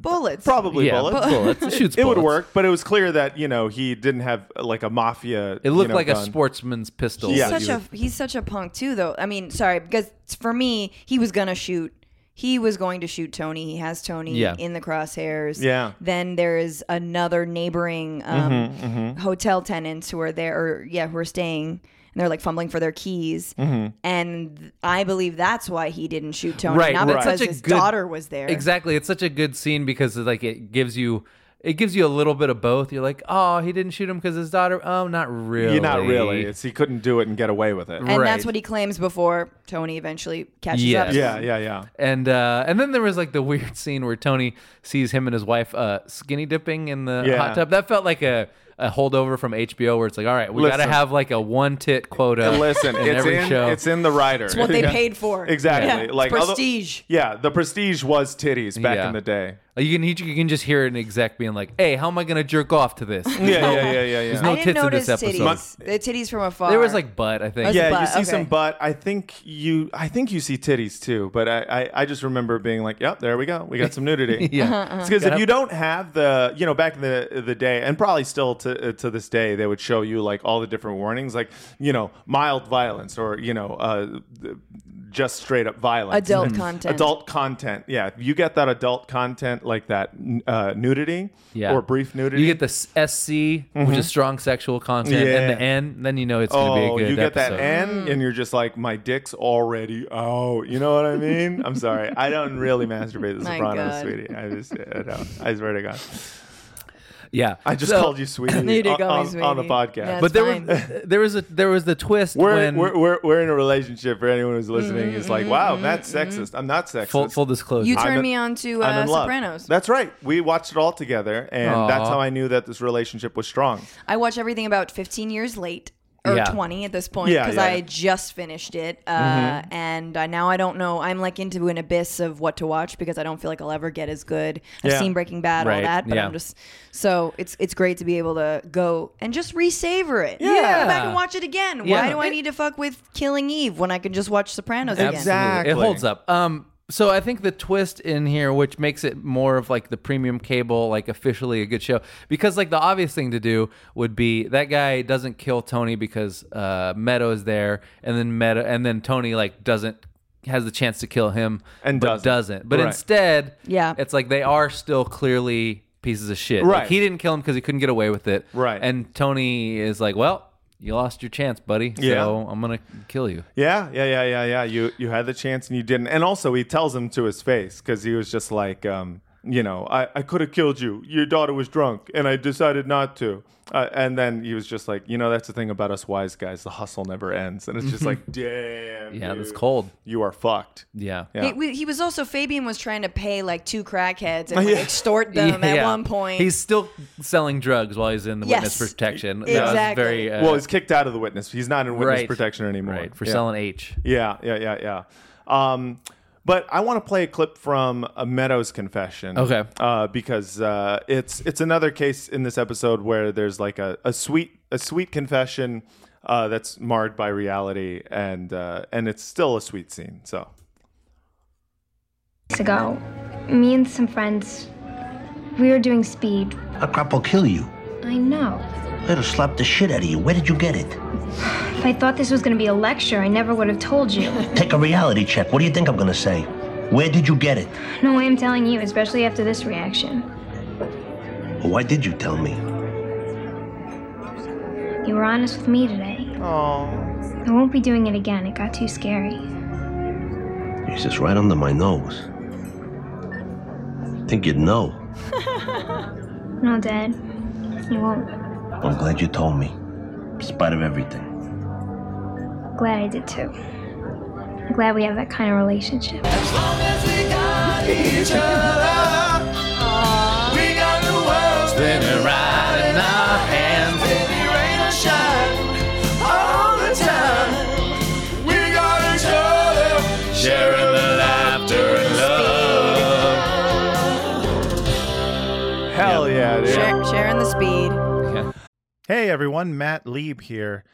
C: Bullets.
A: Probably
B: Yeah,
A: bullets.
B: bullets. It shoots
A: it would
B: bullets.
A: work, but it was clear that you know he didn't have uh, like a mafia.
B: It looked
A: you know,
B: like a
A: gun.
B: sportsman's pistol.
C: He's
A: Yeah,
C: such
A: you
C: a he's such a punk too, though. I mean, sorry, because for me, he was gonna shoot. He was going to shoot Tony. He has Tony
B: Yeah.
C: in the crosshairs.
A: Yeah. Mm-hmm,
C: Then there is another neighboring um, hotel tenants who are there, or yeah, who are staying, and they're like fumbling for their keys.
A: Mm-hmm.
C: And I believe that's why he didn't shoot Tony,
B: Right,
C: not
B: right.
C: because
B: Such a
C: his
B: good-
C: daughter was there.
B: Exactly. It's such a good scene because it's like it gives you it gives you a little bit of both. You're like, oh, he didn't shoot him because his daughter. Oh, not really.
A: You're not really. It's he couldn't do it and get away with it.
C: And
B: right.
C: that's what he claims before Tony eventually catches
B: Yes.
C: up.
A: Yeah, yeah, yeah.
B: And uh, and then there was like the weird scene where Tony sees him and his wife uh, skinny dipping in the
A: Yeah.
B: hot tub. That felt like a, a holdover from HBO where it's like, all right, we got
A: Listen.
B: to have like a one tit quota.
A: Listen,
B: in
A: it's
B: every
A: in
B: show.
A: it's in the writer. It's
C: what they paid for. Yeah,
A: Exactly.
C: it's
A: Like although-
C: prestige.
A: yeah, the prestige was titties back
B: Yeah.
A: in the day.
B: Like, you can you can just hear an exec being like, hey, how am I gonna jerk off to this?
A: Yeah, yeah, yeah, yeah, yeah.
B: No
C: I didn't
B: tits in
C: notice
B: this episode.
C: titties. The titties from afar.
B: There was like butt, I think.
C: There's a
A: yeah, you
C: butt,
A: see some
C: okay.
A: butt. I think you, I think you see titties too. But I, I, I just remember being like, "Yep, there we go. We got some nudity."
C: Uh-huh,
B: Yeah.
A: because if you don't have the, you know, back in the the day, and probably still to uh, to this day, they would show you like all the different warnings, like you know, mild violence or you know, uh, just straight up violence,
C: Adult
A: Mhm.
C: content.
A: adult content. Yeah, if you get that adult content like that uh, nudity
B: Yeah.
A: or brief nudity. Mm-hmm.
B: You get the s- SC, which is strong sexual content, and the
A: Yeah.
B: N, then you know it's going to
A: Oh,
B: be a good
A: you get
B: episode.
A: that N, and you're just like, my dick's already out. You know what I mean? I'm sorry, I don't really masturbate the
C: My
A: Sopranos,
C: God.
A: sweetie. I just, I don't. I swear to God,
B: Yeah.
A: I just
B: So-
A: called you sweetie,
C: You did
A: on,
C: call me
A: on-
C: sweetie.
A: on the podcast.
C: Yeah, That's
B: But there
C: fine.
B: was there was a there was the twist
A: we're,
B: when
A: we're, we're, we're in a relationship. For anyone who's listening, is like, wow, that's sexist. I'm not sexist.
B: full, full disclosure.
C: Mm-hmm, You
A: I'm
C: turned
A: in-
C: me on to
A: I'm
C: uh,
A: in love.
C: Sopranos.
A: That's right. We watched it all together, and
B: Aw.
A: that's how I knew that this relationship was strong.
C: I watch everything about 15 years late or
B: Yeah.
C: 20 at this point
A: Yeah,
C: because
A: yeah. Mm-hmm.
C: I just finished it, uh, and I, now I don't know. I'm like into an abyss of what to watch because I don't feel like I'll ever get as good. I've
A: Yeah.
C: seen Breaking Bad, all
B: Right,
C: that, but
B: yeah.
C: I'm just so it's it's great to be able to go and just re-savor it. Yeah, go back and watch it again.
B: Yeah.
C: Why do I need to fuck with Killing Eve when I can just watch Sopranos
A: Absolutely.
C: again?
B: It holds up. Um, so I think the twist in here, which makes it more of like the premium cable, like officially a good show, because like the obvious thing to do would be that guy doesn't kill Tony because uh, Meadows there, and then Meadow, and then Tony like doesn't has the chance to kill him
A: And
B: but
A: doesn't.
B: But
A: Right.
B: instead,
C: Yeah.
B: it's like they are still clearly pieces of shit. Like,
A: Right.
B: he didn't kill him because he couldn't get away with it.
A: Right.
B: And Tony is like, well. You lost your chance, buddy. So
A: Yeah.
B: I'm gonna kill you.
A: Yeah, yeah, yeah, yeah, yeah. You you had the chance and you didn't. And also, he tells him to his face because he was just like, um, you know, I, I could have killed you. Your daughter was drunk, and I decided not to. Uh, and then he was just like, you know, that's the thing about us wise guys. The hustle never ends, and it's just like, damn.
B: Mm-hmm. Yeah,
A: dude,
B: that's cold.
A: You are fucked.
B: Yeah.
A: Yeah.
C: He- we- He was also Fabian was trying to pay like two crackheads and like, extort them
B: Yeah.
C: at one point.
B: He's still selling drugs while he's in the
C: Yes.
B: witness protection. That was
C: Exactly.
B: very uh,
A: well, he's kicked out of the witness. He's not in witness
B: right.
A: protection anymore.
B: right for
A: yeah.
B: selling H.
A: Yeah, yeah, yeah, yeah. Um, but I want to play a clip from a Meadows confession.
B: Okay.
A: Uh, because uh, it's it's another case in this episode where there's like a, a sweet a sweet confession uh, that's marred by reality, and uh, and it's still a sweet scene. So
H: Weeks ago, me and some friends, we were doing speed.
F: A crop will kill you.
H: I know.
F: It'll slap the shit out of you. Where did you get it?
H: If I thought this was gonna be a lecture, I never would have told you.
F: Take a reality check. What do you think I'm gonna say? Where did you get it?
H: No way I'm telling you, especially after this reaction.
F: Or why did you tell me?
H: You were honest with me today. Aww. I won't be doing it again. It got too scary.
F: He's just right under my nose. Think you'd know.
H: No, Dad. You won't.
F: I'm glad you told me. In spite of everything.
H: Glad I did too. I'm glad we have that kind of relationship.
A: hell yeah, dude.
C: Share- sharing the speed.
J: Hey everyone, Matt Lieb here.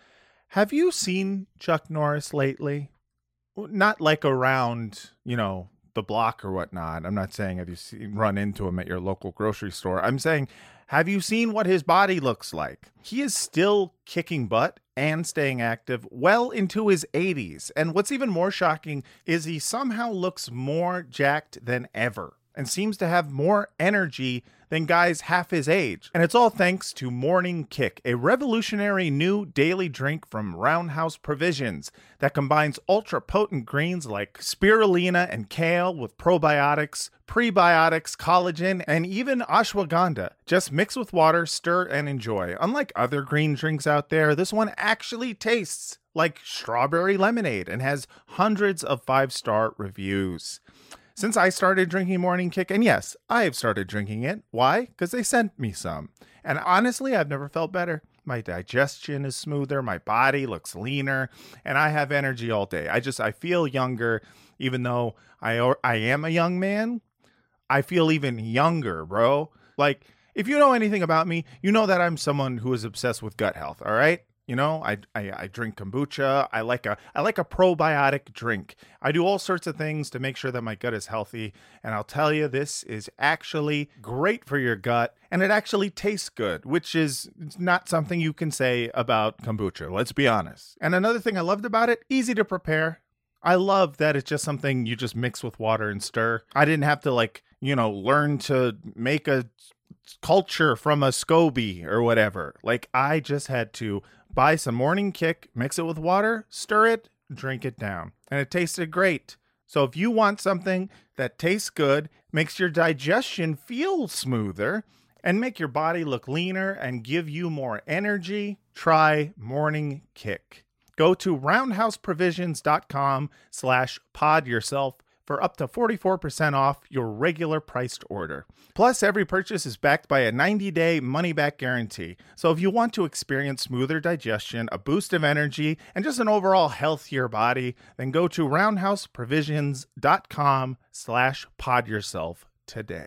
J: Have you seen Chuck Norris lately? Not like around, you know, the block or whatnot. I'm not saying have you seen, run into him at your local grocery store. I'm saying have you seen what his body looks like? He is still kicking butt and staying active well into his 80s. And what's even more shocking is he somehow looks more jacked than ever and seems to have more energy than guys half his age. And it's all thanks to Morning Kick, a revolutionary new daily drink from Roundhouse Provisions that combines ultra potent greens like spirulina and kale with probiotics, prebiotics, collagen, and even ashwagandha. Just mix with water, stir, and enjoy. Unlike other green drinks out there, this one actually tastes like strawberry lemonade and has hundreds of five star reviews since I started drinking Morning Kick. And yes, I have started drinking it. Why? Because they sent me some. And honestly, I've never felt better. My digestion is smoother, my body looks leaner, and I have energy all day. I just I feel younger even though I al- I am a young man. I feel even younger, bro. Like if you know anything about me, you know that I'm someone who is obsessed with gut health, all right? You know, I, I I drink kombucha. I like a I like a probiotic drink. I do all sorts of things to make sure that my gut is healthy. And I'll tell you, this is actually great for your gut, and it actually tastes good, which is not something you can say about kombucha. Let's be honest. And another thing I loved about it, easy to prepare. I love that it's just something you just mix with water and stir. I didn't have to like you know learn to make a culture from a SCOBY or whatever. Like I just had to buy some morning kick, mix it with water, stir it, drink it down. And it tasted great. So if you want something that tastes good, makes your digestion feel smoother, and make your body look leaner and give you more energy, try morning kick. Go to roundhouseprovisions.com slash pod yourself for up to 44% off your regular priced order. Plus, every purchase is backed by a 90 day money back guarantee. So, if you want to experience smoother digestion, a boost of energy, and just an overall healthier body, then go to roundhouseprovisions.com slash pod yourself today.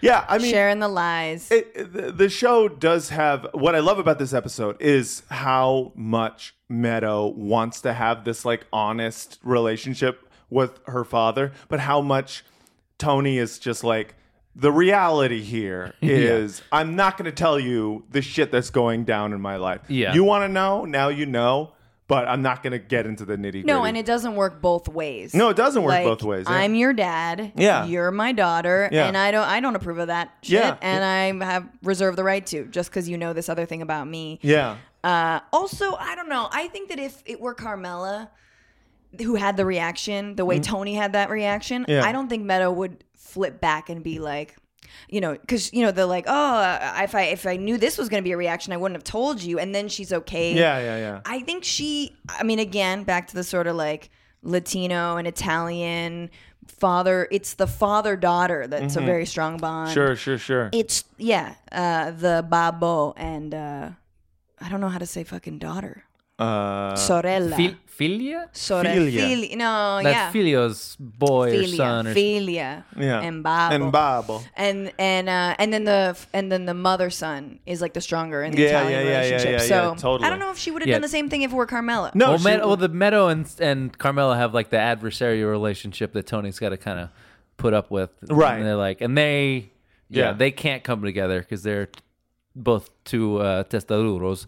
A: Yeah, I mean,
C: sharing the lies.
A: It, the, the show does have what I love about this episode is how much Meadow wants to have this like honest relationship with her father, but how much Tony is just like the reality here is I'm not going to tell you the shit that's going down in my life.
B: Yeah.
A: you want to know now, you know, but I'm not going to get into the nitty gritty.
C: No, and it doesn't work both ways.
A: No, it doesn't work both ways, yeah.
C: I'm your dad.
A: Yeah.
C: You're my daughter.
A: Yeah.
C: And I don't I don't approve of that shit.
A: Yeah.
C: And I have reserved the right to, just because you know this other thing about me.
A: yeah,
C: Uh, also, I don't know. I think that if it were Carmela who had the reaction, the way
A: Mm-hmm.
K: Mhm.
C: Tony had that reaction,
K: Yeah.
C: I don't think Meadow would flip back and be like, you know, because you know they're like, oh, if I if I knew this was going to be a reaction, I wouldn't have told you. And then she's okay.
A: yeah, yeah, yeah.
C: I think she, I mean, again, back to the sort of like Latino and Italian father, it's the father daughter that's
A: Mhm.
C: a very strong bond.
A: sure, sure, sure.
C: It's, yeah, uh, the babo and uh, I don't know how to say fucking daughter.
A: uh,
C: Sorella.
B: Fil- filia?
C: Sorella. Fili- no,
B: That's
C: yeah.
B: filio's boy or
C: Filia,
B: son or
C: filia,
B: Yeah.
C: and babo,
B: And babo.
C: and and uh, and then the and then the mother son is like the stronger in the
B: Yeah,
C: Italian
B: yeah, yeah, yeah,
C: relationship.
B: yeah, yeah,
C: so
B: totally.
C: I don't know if she would have
B: Yeah. Oh,
C: done the same thing if it were Carmela.
B: well, Med- well, the Meadow and and Carmela have like the adversarial relationship that Tony's got to kind of put up with,
A: Right.
B: And they're like, and they, yeah,
A: Yeah.
B: they can't come together because they're both to uh, Testaduros.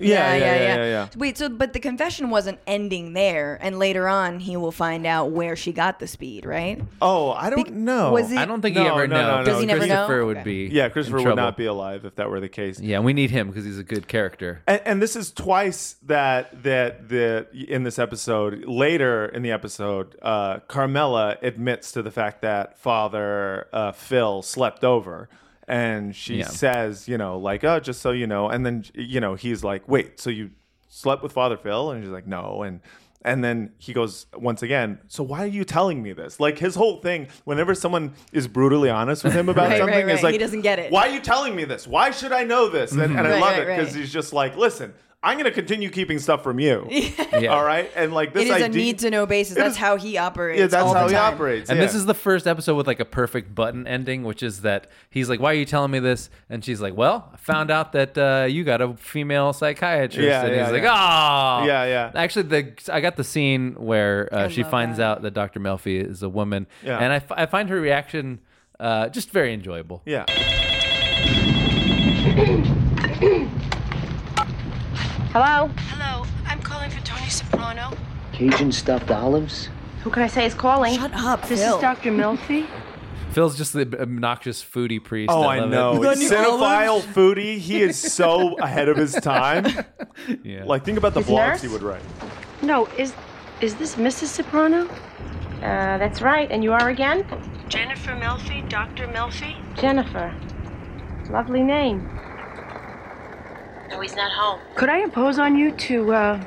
C: Wait, so but the confession wasn't ending there, and later on he will find out where she got the speed, right?
A: Oh, I don't know.
C: was it- I don't think he ever
A: no,
C: knows.
A: No,
C: Does he never know?
B: Christopher would be
A: Yeah,
B: in
A: Christopher would
B: trouble.
A: not be alive if that were the case.
B: Yeah, we need him because he's a good character.
A: And, and this is twice that that that in this episode. Later in the episode, uh, Carmela admits to the fact that Father uh, Phil slept over, and she
B: Yeah.
A: says, you know, like, oh, just so you know. And then you know, he's like, wait, so you slept with Father Phil? And she's like, no. And and then he goes once again. So why are you telling me this? Like his whole thing. Whenever someone is brutally honest with him about
C: Right, right,
A: something, is
C: right.
A: like
C: He doesn't get it.
A: Why are you telling me this? Why should I know this? And, and I
C: Right,
A: love
C: right,
A: it because
C: right.
A: he's just like, listen, I'm going to continue keeping stuff from you.
B: Yeah.
A: All right. And like this
C: it is
A: idea.
C: a need to know basis.
A: It
C: That's
A: is-
C: how he operates.
A: Yeah, that's
C: all
A: how
C: the
A: he
C: time.
A: operates.
B: And
A: yeah.
B: this is the first episode with like a perfect button ending, which is that he's like, "Why are you telling me this?" And she's like, "Well, I found out that uh, you got a female psychiatrist."
A: Yeah,
B: and
A: yeah,
B: he's like,
A: yeah.
B: "Ah,
A: Yeah, yeah.
B: Actually, the I got the scene where uh, she finds out that Dr. Melfi is a woman,
A: Yeah.
B: and I, f- I find her reaction uh, just very enjoyable.
A: Yeah.
K: Hello?
L: Hello, I'm calling for Tony Soprano.
K: Cajun stuffed olives?
L: Who can I say is calling? Shut
C: up,
L: This
K: Phil.
L: is Dr. Milfi.
B: Phil's just the obnoxious foodie priest.
A: Oh,
B: I
A: I
B: love
A: know.
B: It.
A: Cinephile foodie. He is so ahead of his time.
B: Yeah.
A: Like, think about the
L: His
A: blogs
L: nurse?
A: he would write.
L: No, is is this Mrs. Soprano? Uh, that's right. And you are again?
K: Jennifer Melfi, Dr. Melfi?
L: Jennifer. Lovely name.
K: No, he's not home.
L: Could I impose on you to uh,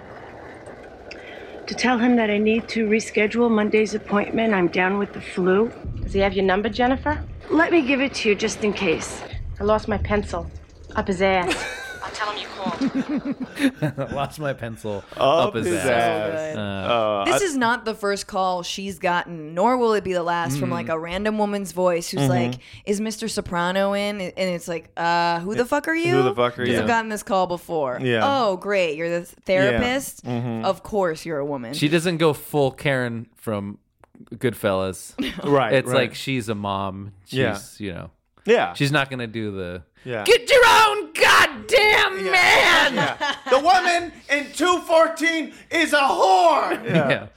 L: to tell him that I need to reschedule Monday's appointment? I'm down with the flu. Does he have your number, Jennifer? Let me give it to you just in case. I lost my pencil. Up his ass. I'll tell him you called.
B: Lost my pencil
A: Up
B: up, his,
A: his ass.
B: ass. Uh,
C: This is not the first call she's gotten, nor will it be the last from
A: Mm.
C: like a random woman's voice who's
A: Mhm.
C: like, "Is Mr. Soprano in?" And it's like, "Uh, who the fuck are you?
A: Who the fuck are
C: Because
A: you?
C: I've gotten this call before.
B: Yeah.
C: Oh, great, you're the therapist.
A: Mm-hmm.
B: Mhm.
C: Of course, you're a woman.
B: She doesn't go full Karen from Goodfellas.
A: Right,
B: It's
A: right.
B: like she's a mom. She's,
A: Yeah.
B: you know.
A: Yeah.
B: She's not going to do the.
A: Yeah.
B: Get your own goddamn man!
A: The woman in 214 is a whore.
B: yeah.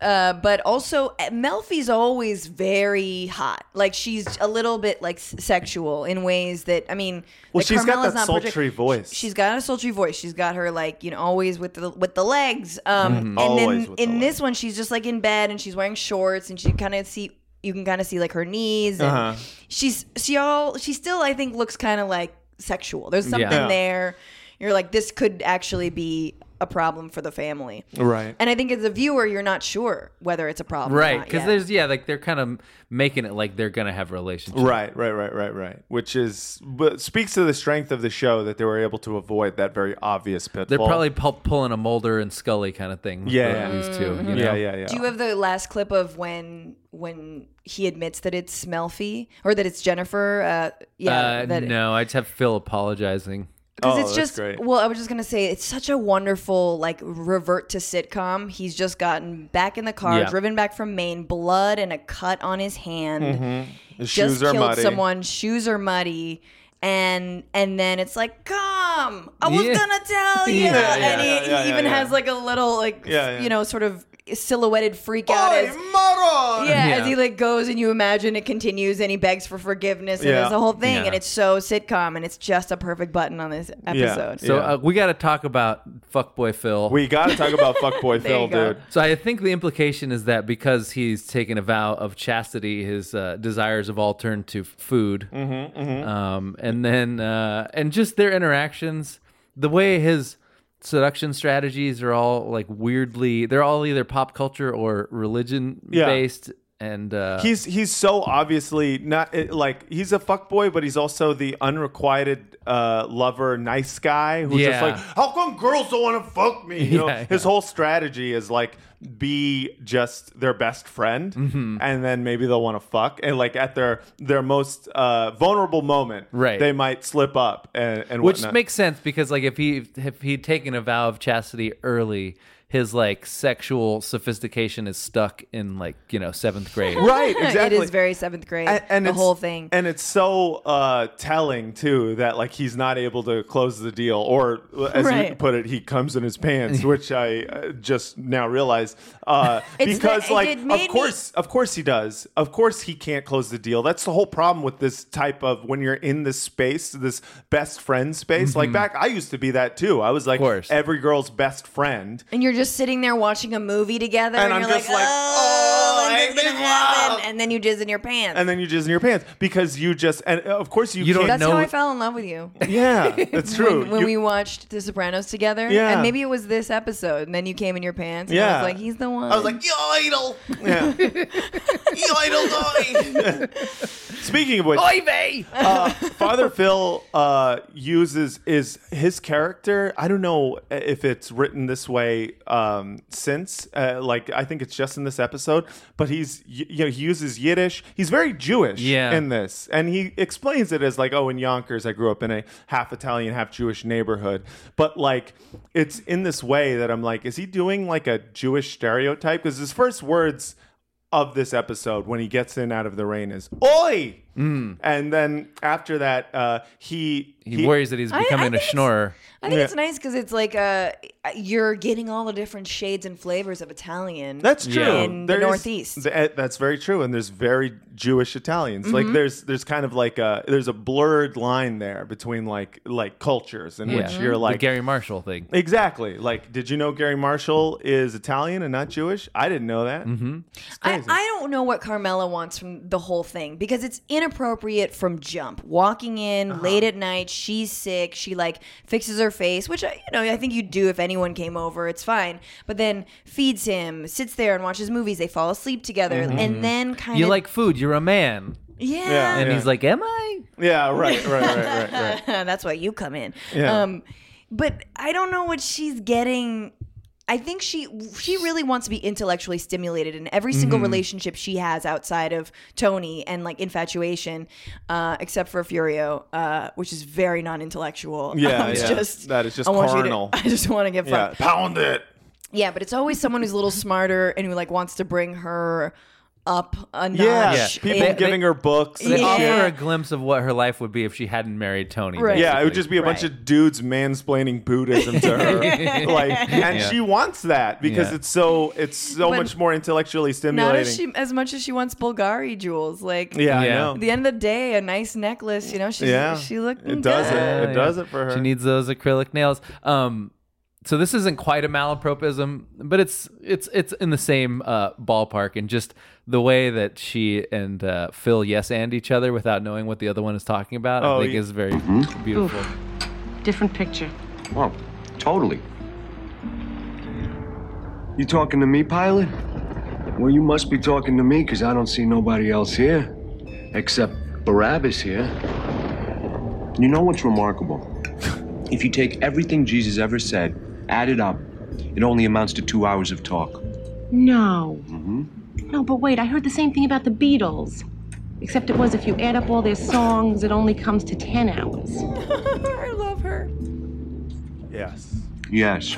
C: Uh, but also, uh, Melfi's always very hot. Like she's a little bit like s- sexual in ways that I mean.
A: Well,
C: that
A: she's got
C: Carmela's
A: that
C: not project-
A: sultry voice.
C: She's got a sultry voice. She's got her like you know always with the with the legs. Um,
A: Mhm.
C: and
A: Always
C: then
A: with the
C: in this one, she's just like in bed and she's wearing shorts and she kind of see you can kind of see like her knees and
A: Uh-huh.
C: she's she all she still I think looks kind of like sexual. There's
A: Yeah.
C: something
A: Yeah.
C: there. You're like this could actually be a problem for the family.
A: Right.
C: And I think as a viewer, you're not sure whether it's a problem.
B: Right.
C: Because
B: Because there's, yeah, like they're kind of making it like they're going to have a relationship.
A: Right, right, right, right, right. Which is but speaks to the strength of the show that they were able to avoid that very obvious pitfall.
B: They're probably pu- pulling a Mulder and Scully kind of thing.
A: Yeah,
B: for
A: yeah.
B: These 2
A: Mhm.
B: you
A: Yeah,
B: know?
A: yeah, yeah.
C: Do you have the last clip of when when he admits that it's Smelfy or that it's Jennifer? Uh, yeah.
B: Uh,
C: that,
B: no, I just have Phil apologizing.
A: Oh,
C: Because it's just well, I was just gonna say it's such a wonderful like revert to sitcom. He's just gotten back in the car,
B: Yeah.
C: driven back from Maine, blood and a cut on his hand.
A: Mhm.
C: just
A: His shoes are
C: killed
A: muddy.
C: someone. Shoes are muddy, and and then it's like, come, I was
A: Yeah.
C: gonna tell you.
A: Yeah, yeah,
C: and he,
A: yeah,
C: he
A: yeah,
C: even
A: yeah.
C: has like a little like
A: Yeah, yeah.
C: you know sort of silhouetted freak out as yeah, as he like goes and you imagine it continues and he begs for forgiveness and
B: Yeah.
C: there's a whole thing
B: Yeah.
C: and it's so sitcom and it's just a perfect button on this episode.
B: So Uh, we got to talk about Fuckboy Phil. We
A: got to talk about Fuckboy
C: There Phil, you go. dude.
B: So I think the implication is that because he's taken a vow of chastity, his uh, desires have all turned to food.
A: Mm-hmm,
B: Um, and then, uh, and just their interactions, the way his seduction strategies are all like weirdly, they're all either pop culture or religion
A: Yeah.
B: based. And uh,
A: he's he's so obviously not it- like he's a fuckboy, but he's also the unrequited uh, lover, nice guy who's just
B: Yeah.
A: like, how come girls don't want to fuck me? You know,
B: Yeah,
A: his whole strategy is like be just their best friend,
B: Mhm.
A: and then maybe they'll want to fuck, and like at their their most uh, vulnerable moment,
B: Right.
A: They might slip up and, and
B: which
A: whatnot.
B: makes sense because like if he if he'd taken a vow of chastity early his like sexual sophistication is stuck in like you know seventh grade.
A: Right, exactly.
C: it is very seventh grade.
A: A-
C: the
A: it's-
C: whole thing.
A: And it's so uh, telling too that like he's not able to close the deal, or as you
C: Right.
A: put it, he comes in his pants, which I uh, just now realized uh,
C: It's
A: because
C: the- it
A: like
C: did
A: of
C: made
A: course, of course he does. Of course he can't close the deal. That's the whole problem with this type of when you're in this space, this best friend space. Like
B: Mhm.
A: back, I used to be that too. I was like every girl's best friend.
C: And you're just sitting there watching a movie together, and,
A: And I'm
C: you're
A: just
C: like,
A: like,
C: "Oh,
A: I
C: when's this gonna happen?" And then you jizz in your pants.
A: And then you jizz in your pants because you just and uh, of course you you
C: That's how I fell in love with you.
A: Yeah, that's true.
C: When, when
A: You-
C: we watched The Sopranos together,
A: Yeah.
C: and maybe it was this episode, and then you came in your pants. And I
A: Yeah.
C: was like, he's the one.
A: I was like, yo, idol. Yeah. yo, idol, Speaking of which,
B: Oy vey!
A: uh, Father Phil uh, uses is his character. I don't know if it's written this way um, since. Uh, like I think it's just in this episode, but he's y- you know he uses Yiddish. He's very Jewish
B: Yeah.
A: in this, and he explains it as like, oh, in Yonkers, I grew up in a half Italian, half Jewish neighborhood. But like, it's in this way that I'm like, is he doing like a Jewish stereotype? Because his first words of this episode when he gets in out of the rain is "Oi." And then after that, uh, he,
B: Mm. He worries that he's
C: I- I
B: becoming a
C: think it's-
B: schnorrer.
C: I think it's nice because it's like uh, you're getting all the different shades and flavors of Italian.
A: That's true.
C: In the
A: There is-
C: Northeast.
A: th- that's very true. And there's very Jewish Italians. Like
C: Mhm.
A: there's there's kind of like a there's a blurred line there between like like cultures in which
B: Yeah.
A: you're
B: The
A: like
B: Gary Marshall thing.
A: Exactly. Like, did you know Gary Marshall is Italian and not Jewish? I didn't know that. Mm-hmm.
C: I, I don't know what Carmela wants from the whole thing because it's inappropriate from jump. Walking in late at night, she's sick. She like fixes her face, which I, you know I think you'd do if anyone came over. It's fine. But then feeds him, sits there and watches movies. They fall asleep together,
B: Mm-hmm.
A: Mm-hmm.
C: and then kind
B: you
C: of
B: like food. You're a man.
C: Yeah. Yeah,
B: and
C: yeah.
B: he's like, "Am I?"
A: Yeah,
C: right, right, right, That's why you come in.
B: Yeah.
C: Um, but I don't know what she's getting. I think she she really wants to be intellectually stimulated in every single
A: Mm-hmm.
M: Mhm.
C: relationship she has outside of Tony and like infatuation, uh, except for Furio, uh, which is very non-intellectual.
A: Yeah,
C: it's
A: yeah.
C: just
A: That is just
C: I want you to-
A: carnal.
C: I just want to get
A: Yeah,
C: fucked.
A: pound it.
C: Yeah, but it's always someone who's a little smarter and who like wants to bring her up a notch.
A: Yeah,
C: in-
A: people giving her books.
B: They
C: Yeah.
B: offer her a glimpse of what her life would be if she hadn't married Tony.
C: Right.
A: Yeah, it would
B: basically.
A: just be a bunch of dudes mansplaining Buddhism to her. like, and
B: Yeah.
A: she wants that because
B: Yeah.
A: it's so it's so
C: But
A: much more intellectually
C: Not
A: stimulating.
C: as she as much as she wants Bulgari jewels. Like
A: Yeah, I Yeah. know.
C: At the end of the day, a nice necklace. You know, she's, she looked.
A: It does
C: good.
A: it. It does it for her.
B: She needs those acrylic nails. Um, so this isn't quite a malapropism, but it's it's it's in the same uh, ballpark, and just the way that she and uh, Phil yes and each other without knowing what the other one is talking about,
N: Oh,
B: I think
N: yeah.
B: is very
L: Mm-hmm.
N: Mhm.
B: beautiful.
L: Different picture.
N: Well, totally. You talking to me, pilot? Well, you must be talking to me because I don't see nobody else here except Barabbas here. You know what's remarkable? if you take everything Jesus ever said, add it up, it only amounts to two hours of talk.
L: No.
N: Mm-hmm.
L: No, but wait, I heard the same thing about the Beatles. Except it was if you add up all their songs, it only comes to 10 hours.
C: I love her.
A: yes.
N: Yes.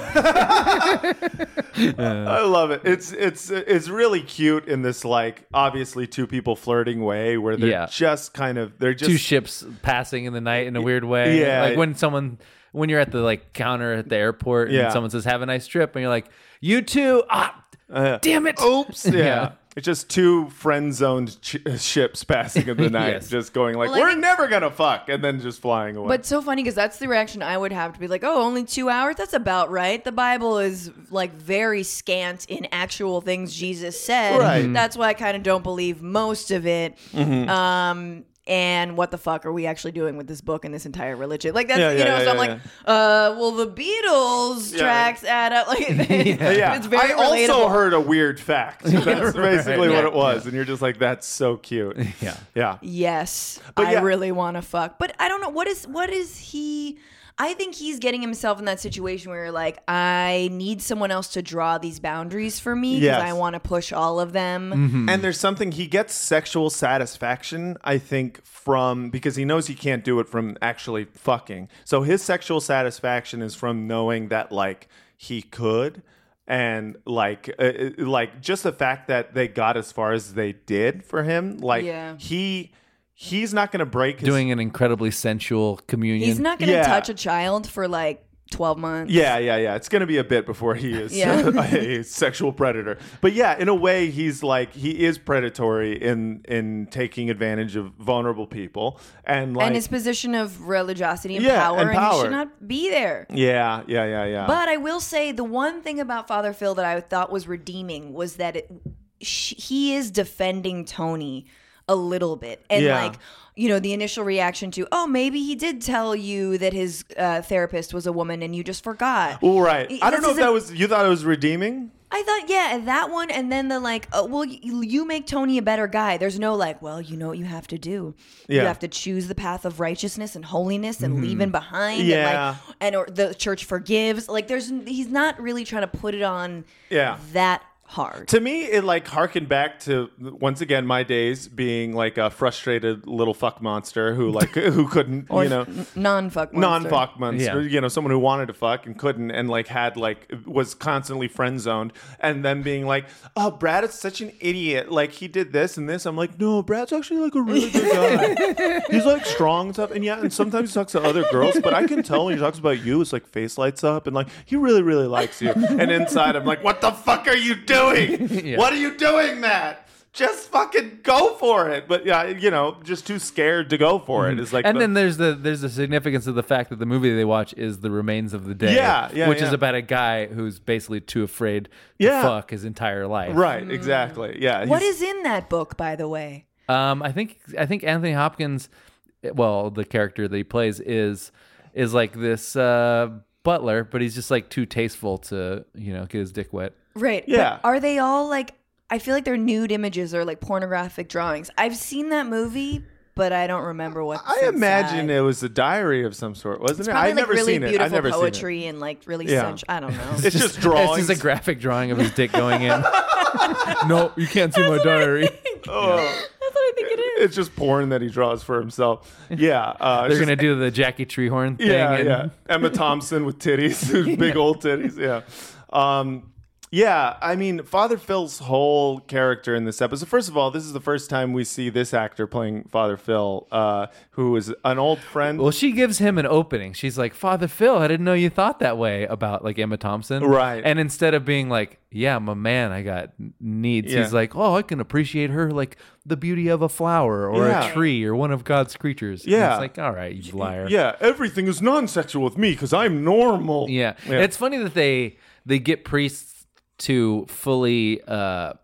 A: I love it. It's it's it's really cute in this like obviously two people flirting way where they're
B: Yeah.
A: just kind of they're just
B: Two ships passing in the night in a weird way.
A: Yeah.
B: like when someone when you're at the like counter at the airport and
A: Yeah.
B: someone says, "Have a nice trip," and you're like, "You too." Ah,
A: Uh,
B: damn it!
A: Oops. Yeah.
B: Yeah.
A: It's just two friend zoned ch- ships passing in the night,
B: Yes.
A: just going like,
C: Well, I
A: "We're
C: think-
A: never gonna fuck," and then just flying away.
C: But so funny because that's the reaction I would have to be like, oh, only two hours? That's about right. The Bible is like very scant in actual things Jesus said.
M: Right.
C: That's why I kind of don't believe most of it.
M: Mhm.
C: Um, and what the fuck are we actually doing with this book and this entire religion? Like that's
M: Yeah,
C: you
M: yeah,
C: know.
M: yeah,
C: so I'm
M: yeah,
C: like, uh, well, the Beatles
M: Yeah.
C: tracks add up. Like,
A: yeah,
C: it's very
A: I also
C: relatable.
A: heard a weird fact. That's basically
B: Right.
A: what
B: Yeah.
A: it was, and you're just like, "That's so cute." Yeah, yeah.
C: Yes,
A: But
C: I
A: yeah.
C: really want to fuck, but I don't know what is what is he. I think he's getting himself in that situation where you're like, I need someone else to draw these boundaries for me because
A: Yes. Mm-hmm.
C: I want to push all of them.
B: Mm-hmm.
A: And there's something he gets sexual satisfaction, I think, from because he knows he can't do it from actually fucking. So his sexual satisfaction is from knowing that like he could. and like uh, uh, like just the fact that they got as far as they did for him, like
C: Yeah.
A: he he's not going to break his
B: doing an incredibly sensual communion.
C: He's not going to
A: Yeah.
C: touch a child for like 12 months.
A: Yeah, yeah, yeah. It's going to be a bit before he is
C: Yeah.
A: a sexual predator. But yeah, in a way, he's like he is predatory in in taking advantage of vulnerable people and like
C: and his position of religiosity and
A: Yeah,
C: power,
A: and
C: and, he
A: power.
C: should not be there.
A: yeah, yeah, yeah, yeah.
C: But I will say the one thing about Father Phil that I thought was redeeming was that it, sh he is defending Tony a little bit, and
M: Yeah.
C: like you know the initial reaction to oh maybe he did tell you that his uh, therapist was a woman and you just forgot.
A: All right.
C: This
A: I don't know if
C: isn't-
A: that was you thought it was redeeming.
C: I thought, yeah, that one, and then the like, uh, well, you, you make Tony a better guy. There's no like, well, you know what you have to do. You
M: Yeah.
C: have to choose the path of righteousness and holiness and
M: Mhm.
C: leaving behind.
M: Yeah.
C: And, like, and or the church forgives. Like, there's he's not really trying to put it on
A: Yeah.
C: that hard.
A: To me, it like harkened back to once again my days being like a frustrated little fuck monster who like who couldn't
C: Or
A: you know
C: non fuck
A: non fuck monster, you know, someone who wanted to fuck and couldn't and like had like was constantly friend zoned and then being like, Oh, Brad is such an idiot. Like he did this and this. I'm like, No, Brad's actually like a really good guy. he's like strong and stuff. And yeah, and sometimes he talks to other girls, but I can tell when he talks about you, it's like face lights up and like he really, really likes you. And inside I'm like, What the fuck are you doing?
I: Yeah.
A: What are you doing that? Just fucking go for it. But yeah, you know, just too scared to go for it. It's like
B: Mm-hmm. and
A: the-
B: then there's the there's the significance of the fact that the movie they watch is The Remains of the Day,
A: Yeah, yeah,
B: which is
A: yeah.
B: about a guy who's basically too afraid to
A: Yeah.
B: fuck his entire life.
A: Right, exactly. Yeah.
C: Mm. What is in that book, by the way?
B: Um, I think I think Anthony Hopkins, well, the character that he plays is is like this uh, butler, but he's just like too tasteful to you know get his dick wet.
C: Right. but
B: Yeah.
C: are they all like? I feel like they're nude images or like pornographic drawings. I've seen that movie, but I don't remember what.
A: I imagine it was a diary of some sort, wasn't
C: It's
A: it?
C: probably
A: I've
C: like
A: never
C: really
A: seen it.
C: beautiful
A: I've never
C: poetry
A: seen it.
C: and like really
A: Yeah.
C: sensual. I don't know.
A: It's just
B: It's
A: drawings.
B: just a graphic drawing of his dick going in. no, you can't see my diary.
A: Oh. It's just porn that he draws for himself. Yeah, uh,
B: They're
A: it's
B: gonna
A: just-
B: do the Jackie Treehorn thing.
A: Yeah,
B: and-
A: yeah. Emma Thompson with titties, big old titties. Yeah, um, yeah. I mean, Father Phil's whole character in this episode. First of all, this is the first time we see this actor playing Father Phil, uh, who is an old friend.
B: Well, she gives him an opening. She's like, "Father Phil, I didn't know you thought that way about like Emma Thompson."
A: Right.
B: And instead of being like, "Yeah, I'm a man. I got needs,"
A: Yeah.
B: he's like, "Oh, I can appreciate her like the beauty of a flower or
A: Yeah.
B: a tree or one of God's creatures." And
A: Yeah.
B: it's like, all right, you liar.
A: Yeah, everything is non-sexual with me because I'm normal.
B: Yeah. It's funny that they they get priests to fully uh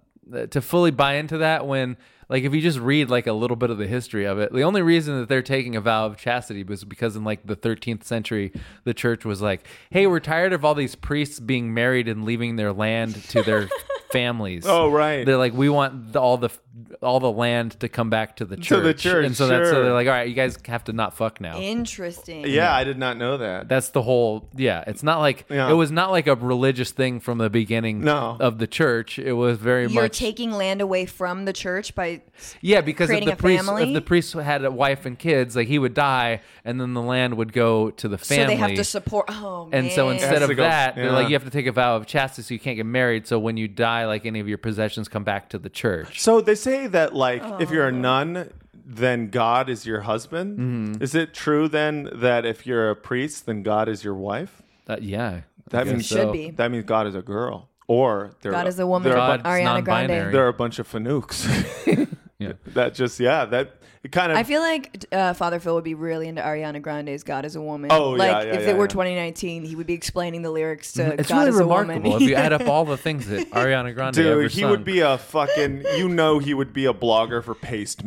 B: to fully buy into that when like if you just read like a little bit of the history of it, the only reason that they're taking a vow of chastity was because in like the 13th century, the church was like, "Hey, we're tired of all these priests being married and leaving their land to their families."
A: Oh, right.
B: They're like, "We want the, all the all the land to come back to the church."
A: To the church,
B: and so that's so
A: sure.
B: they're like, "All right, you guys have to not fuck now."
C: Interesting.
A: Yeah, I did not know that.
B: That's the whole. Yeah, it's not like it was not like a religious thing from the beginning
A: No.
B: of the church. It was very
C: You're
B: much
C: taking land away from the church by
B: yeah because if
C: creating
B: the
C: a
B: priest
C: family?
B: if the priest had a wife and kids, like he would die, and then the land would go to the family.
C: so they have to support. Oh
B: and so
C: man.
B: instead of
A: Has to go-
B: that, they're like
A: yeah.
B: you have to take a vow of chastity, so you can't get married. So when you die, like any of your possessions come back to the church.
A: So they say that like if you're a
C: Oh.
A: nun, then God is your husband.
B: Mhm.
A: Is it true then that if you're a priest, then God is your wife?
B: That, yeah, I
A: that
B: guess
A: means
B: Should so. be.
A: That means God is a girl. Or there
C: God
A: are,
C: is a woman.
A: There are,
C: God's Ariana Grande. non-binary.
A: there are a bunch of fanooks. That just yeah. That it kind of.
C: I feel like uh, Father Phil would be really into Ariana Grande's "God Is a Woman."
A: Oh, yeah,
C: like
A: yeah,
C: if
A: yeah,
C: it were
A: yeah.
C: 2019, he would be explaining the lyrics to
B: It's
C: "God
B: really
C: Is a
B: remarkable
C: Woman."
B: if you add up all the things that Ariana Grande ever
A: Dude, he
B: sung.
A: would be a fucking. You know, he would be a blogger for Paste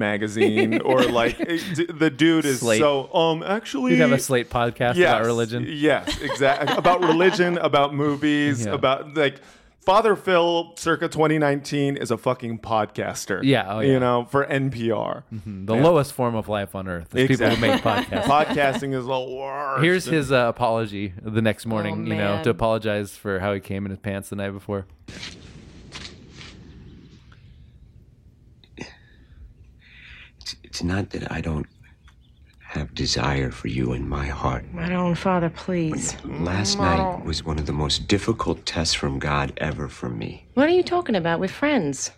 A: magazine or like it- the dude is
B: Slate.
A: so. Um, actually,
B: You'd have a Slate podcast
A: yes,
B: about religion.
A: Yes, exactly. about religion, about movies,
B: Yeah.
A: about like Father Phil, circa 2019, is a fucking podcaster.
B: Yeah, oh, yeah. Mm-hmm.
A: you know, for NPR,
B: the
A: Yeah.
B: lowest form of life on earth. is People who make
A: Exactly.
B: podcasts.
A: Podcasting is the worst.
B: Here's his uh, apology the next
C: Oh,
B: morning, you know,
A: man.
B: to apologize for how he came in his pants the night before.
O: It's not that I don't have
M: desire for you in my heart.
L: My own father, please.
M: Last night was one of the most difficult tests from God ever for me.
O: What are you talking about? We're friends.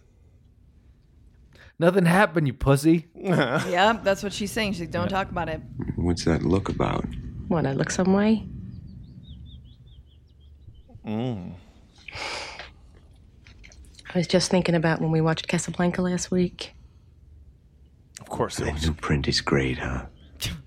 B: Nothing happened, you pussy.
C: yep, that's what she's saying. She's like, don't talk about it.
M: What's that look about?
O: What, I look some way?
M: Mm.
O: I was just thinking about when we watched Casablanca last week.
M: Of course it was. The print is great, huh?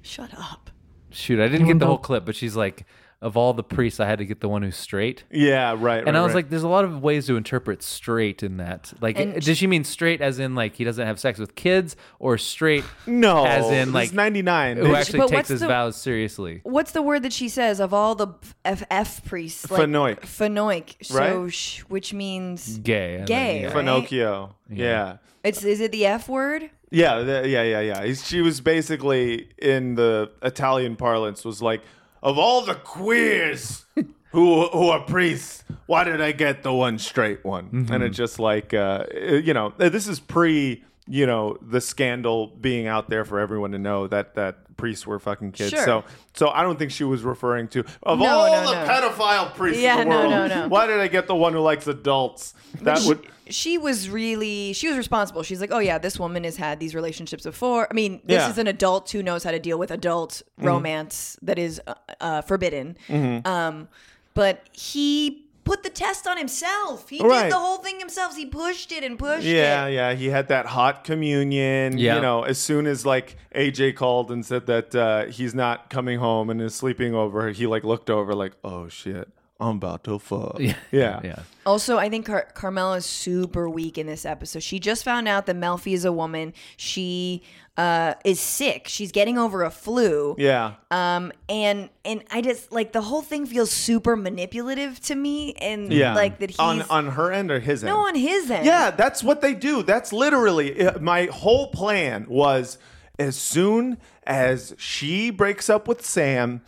C: Shut up.
B: Shoot, I didn't get the whole clip, but she's like, of all the priests, I had to get the one who's straight.
A: Yeah, right.
B: and I was like, there's a lot of ways to interpret straight in that. Like,
A: And-
B: does she mean straight as in like he doesn't have sex with kids, or straight
A: No,
B: as in
A: he's
B: like
A: 99.
B: who actually
C: But
B: takes
C: what's
B: his
C: the-
B: vows seriously?
C: What's the word that she says of all the F, F priests? Like,
B: Phenoic.
C: Phenoic. So,
B: Right?
C: sh- which means
B: Gay.
C: Gay. right?
A: Finocchio. Yeah.
C: It's is it the F word?
A: Yeah, th- yeah, yeah, yeah. He's, she was basically in the Italian parlance was like, of all the queers who who are priests, why did I get the one straight one?
C: Mm-hmm.
A: And it's just like, uh, you know, this is pre, you know, the scandal being out there for everyone to know that that priests were fucking kids.
I: Sure.
A: So, so I don't think she was referring to of
I: No,
A: all
I: no,
A: the
I: no.
A: pedophile priests
C: Yeah,
A: in the
C: no,
A: world.
C: no, no.
A: Why did I get the one who likes adults? That
C: she,
A: would
C: she was really she was responsible. She's like, oh yeah, this woman has had these relationships before. I mean, this
A: Yeah.
C: is an adult who knows how to deal with adult
A: Mhm.
C: romance that is uh, uh, forbidden.
A: Mhm.
C: Um, but he put the test on himself. He
A: Right.
C: did the whole thing himself. He pushed it and pushed
A: Yeah,
C: it.
A: yeah. He had that hot communion.
B: Yeah.
A: You know, as soon as like AJ called and said that uh, he's not coming home and is sleeping over, he like looked over like, oh shit, I'm about to fuck. Yeah. Yeah.
C: Also, I think Car- Carmela is super weak in this episode. She just found out that Melfi is a woman. She uh, is sick. She's getting over a flu.
A: Yeah.
C: Um, and and I just like the whole thing feels super manipulative to me, and like that he's
A: on on her end or his end.
C: no on his end.
A: Yeah, that's what they do. That's literally uh, my whole plan was as soon as she breaks up with Sam,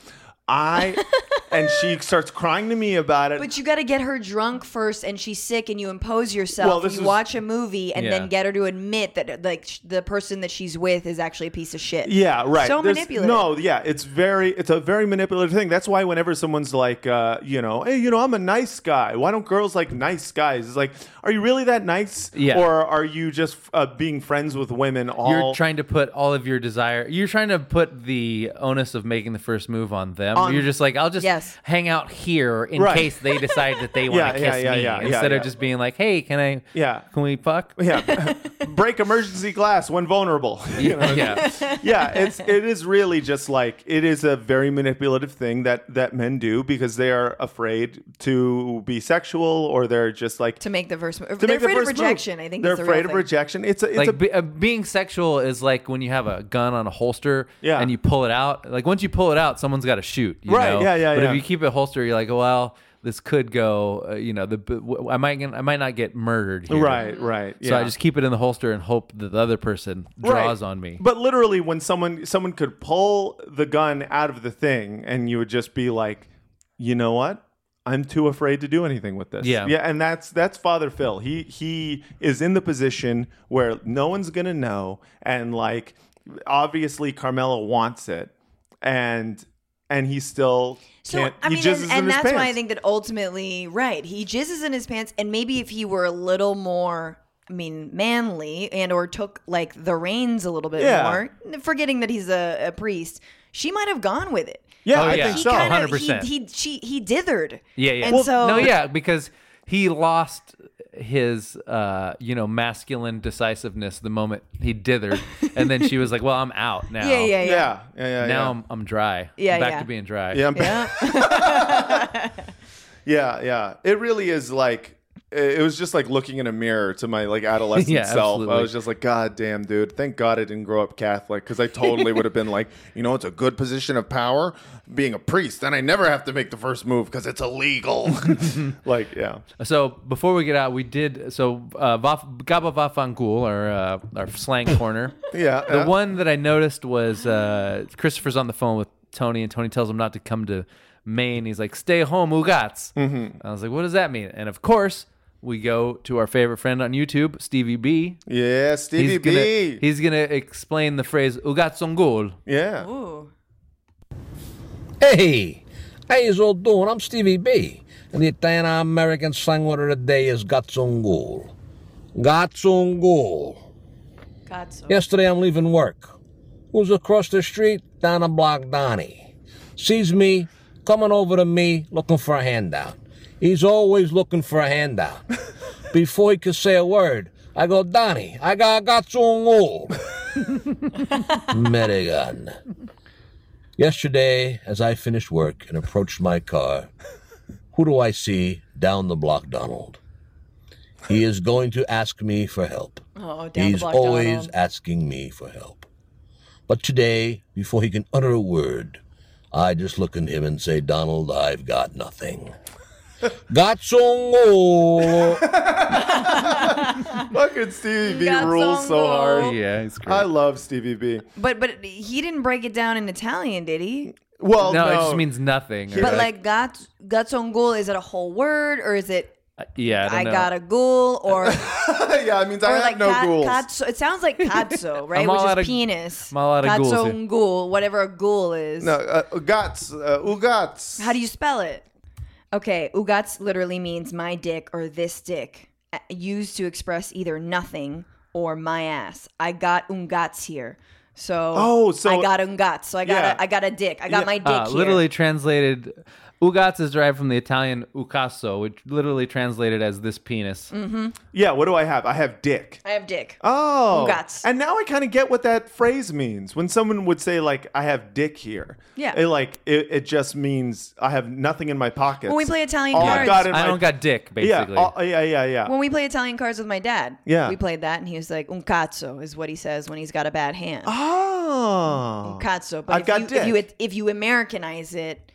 A: I and she starts crying to me about it.
C: But you got to get her drunk first, and she's sick, and you impose yourself.
A: Well,
C: and
A: this
C: you
A: is-
C: watch a movie, and
A: Yeah.
C: then get her to admit that like sh- the person that she's with is actually a piece of shit.
A: Yeah, right.
C: So
A: There's-
C: manipulative.
A: No, yeah, it's very, it's a very manipulative thing. That's why whenever someone's like, uh, you know, hey, you know, I'm a nice guy. Why don't girls like nice guys? It's like, are you really that nice?
B: Yeah.
A: Or are you just uh, being friends with women all?
B: You're trying to put all of your desire. You're trying to put the onus of making the first move on them.
A: On-
B: you're just like, I'll just hang out here in
A: Right.
B: case they decide that they
A: Yeah,
B: want to
A: yeah,
B: kiss
A: yeah,
B: me
A: yeah, yeah,
B: instead
A: yeah.
B: of just being like, Hey, can I?
A: Yeah.
B: Can we fuck?
A: Yeah. Break emergency glass when vulnerable. You know?
B: Yeah.
A: yeah, it's it is really just like it is a very manipulative thing that that men do because they are afraid to be sexual or they're just like
C: to make the first move.
A: to
C: They're
A: make the
C: afraid of
A: first move.
C: rejection. I think
A: they're
C: is the real
A: afraid of
C: thing.
A: rejection. It's a, it's
B: like
A: a
B: be, uh, being sexual is like when you have a gun on a holster
A: Yeah.
B: and you pull it out. Like once you pull it out, someone's got to shoot. You
A: Right,
B: Know?
A: yeah, yeah,
B: But
A: yeah.
B: if you keep it holster, you're like, well, this could go. Uh, you know, the b- w- I might I might not get murdered. Here.
A: Right, right,
B: So I
A: yeah.
B: just keep it in the holster and hope that the other person draws
A: Right.
B: on me.
A: But literally, when someone someone could pull the gun out of the thing, and you would just be like, you know what? I'm too afraid to do anything with this.
B: Yeah.
A: yeah. And that's that's Father Phil. He he is in the position where no one's gonna know, and like obviously Carmela wants it, and and he still
C: So
A: can't.
C: I mean,
A: he
C: and,
A: jizzes in
C: and
A: his
C: that's
A: pants.
C: why I think that ultimately, right, he jizzes in his pants, and maybe if he were a little more, I mean, manly, and or took like the reins a little bit
A: Yeah.
C: more, forgetting that he's a, a priest, she might have gone with it.
A: Yeah,
B: Oh,
A: I
B: yeah.
A: think
B: He
A: so.
B: kinda-
C: 100%.
B: 100%.
C: He, he she he dithered.
B: Yeah, yeah.
C: And so
B: no, yeah, because he lost his uh, you know, masculine decisiveness the moment he dithered, and then she was like, "Well, I'm out now."
C: Yeah, yeah, yeah. Yeah,
A: yeah, yeah,
B: now
A: yeah.
B: I'm I'm dry.
C: Yeah,
B: I'm back
C: yeah.
B: to being dry.
A: Yeah, I'm- Yeah. Yeah, yeah. It really is like it it was just like looking in a mirror to my like adolescent
B: Yeah,
A: self. I
B: absolutely.
A: was just like, God damn, dude! Thank God I didn't grow up Catholic because I totally would have been like, you know, it's a good position of power being a priest, and I never have to make the first move because it's illegal. like, yeah,
B: So before we get out, we did so uh, Vaf, Gaba Vafangul, our uh, our slang corner.
A: Yeah,
B: The
A: yeah.
B: one that I noticed was uh, Christopher's on the phone with Tony, and Tony tells him not to come to Maine. He's like, "Stay home, Ugats."
A: Mm-hmm.
B: I was like, "What does that mean?" And of course, we go to our favorite friend on YouTube, Stevie B.
A: Yeah, Stevie
B: he's
A: B.
B: Gonna, he's gonna explain the phrase "Ugats Ongul."
A: yeah.
C: Ooh.
P: Hey, how you all doing? I'm Stevie B, and the Italian-American songwriter of the day is Gatsungul. Gatsungul. Yesterday I'm leaving work. Who's across the street? Down the block, Donnie. Sees me, coming over to me, looking for a handout. He's always looking for a handout. Before he could say a word, I go, Donnie, I got Gatsungul. Medigan. Yesterday, as I finished work and approached my car, who do I see down the block, Donald? He is going to ask me for help.
C: Oh, down the
P: He's
C: block,
P: always
C: Donald.
P: asking me for help. But today, before he can utter a word, I just look at him and say, Donald, I've got nothing. got some
A: Fucking Stevie B
C: Got
A: rules
C: some
A: so hard.
C: gold.
B: Yeah, he's
A: I love Stevie B.
C: But but he didn't break it down in Italian, did he?
A: Well,
B: no, it
A: no.
B: just means nothing. or
C: But like gat gatsongul, is it a whole word or is it
B: yeah, I, don't
C: I,
B: know.
C: got a ghoul or
A: yeah, it means
C: or
A: I have
C: like
A: no
C: kat-
A: ghouls.
C: katso- it sounds like katso, right?
A: I'm
C: Which
A: all
C: is
A: out of-
C: penis.
A: I'm all out of ghouls here.
C: Katsongul, whatever a ghoul is.
A: No, uh, ugats, uh, ugats.
C: How do you spell it? Okay, ugats literally means my dick or this dick, uh, used to express either nothing or my ass. I got ungats here. So,
B: Oh, so-
C: I got ungats. So I got
B: Yeah.
C: a, I got a dick. I got my dick
B: Uh,
C: here.
B: Literally translated, ugats is derived from the Italian ucasso, which literally translated as this penis.
C: Mhm.
A: Yeah, what do I have? I have dick.
C: I have dick.
A: Oh,
C: Ungats.
A: and now I kind of get what that phrase means. When someone would say like, "I have dick here,"
C: Yeah.
A: it, like it, it just means I have nothing in my pockets.
C: When we play Italian
A: All
C: cards-
A: got in
B: I
A: my-
B: don't got dick, basically.
A: Yeah, all- yeah, yeah, yeah.
C: When we play Italian cards with my dad,
A: Yeah.
C: we played that, and he was like, "Un cazzo" is what he says when he's got a bad hand.
A: Oh,
C: un cazzo. But
A: I've
C: if,
A: got
C: you,
A: dick.
C: if you if you Americanize it,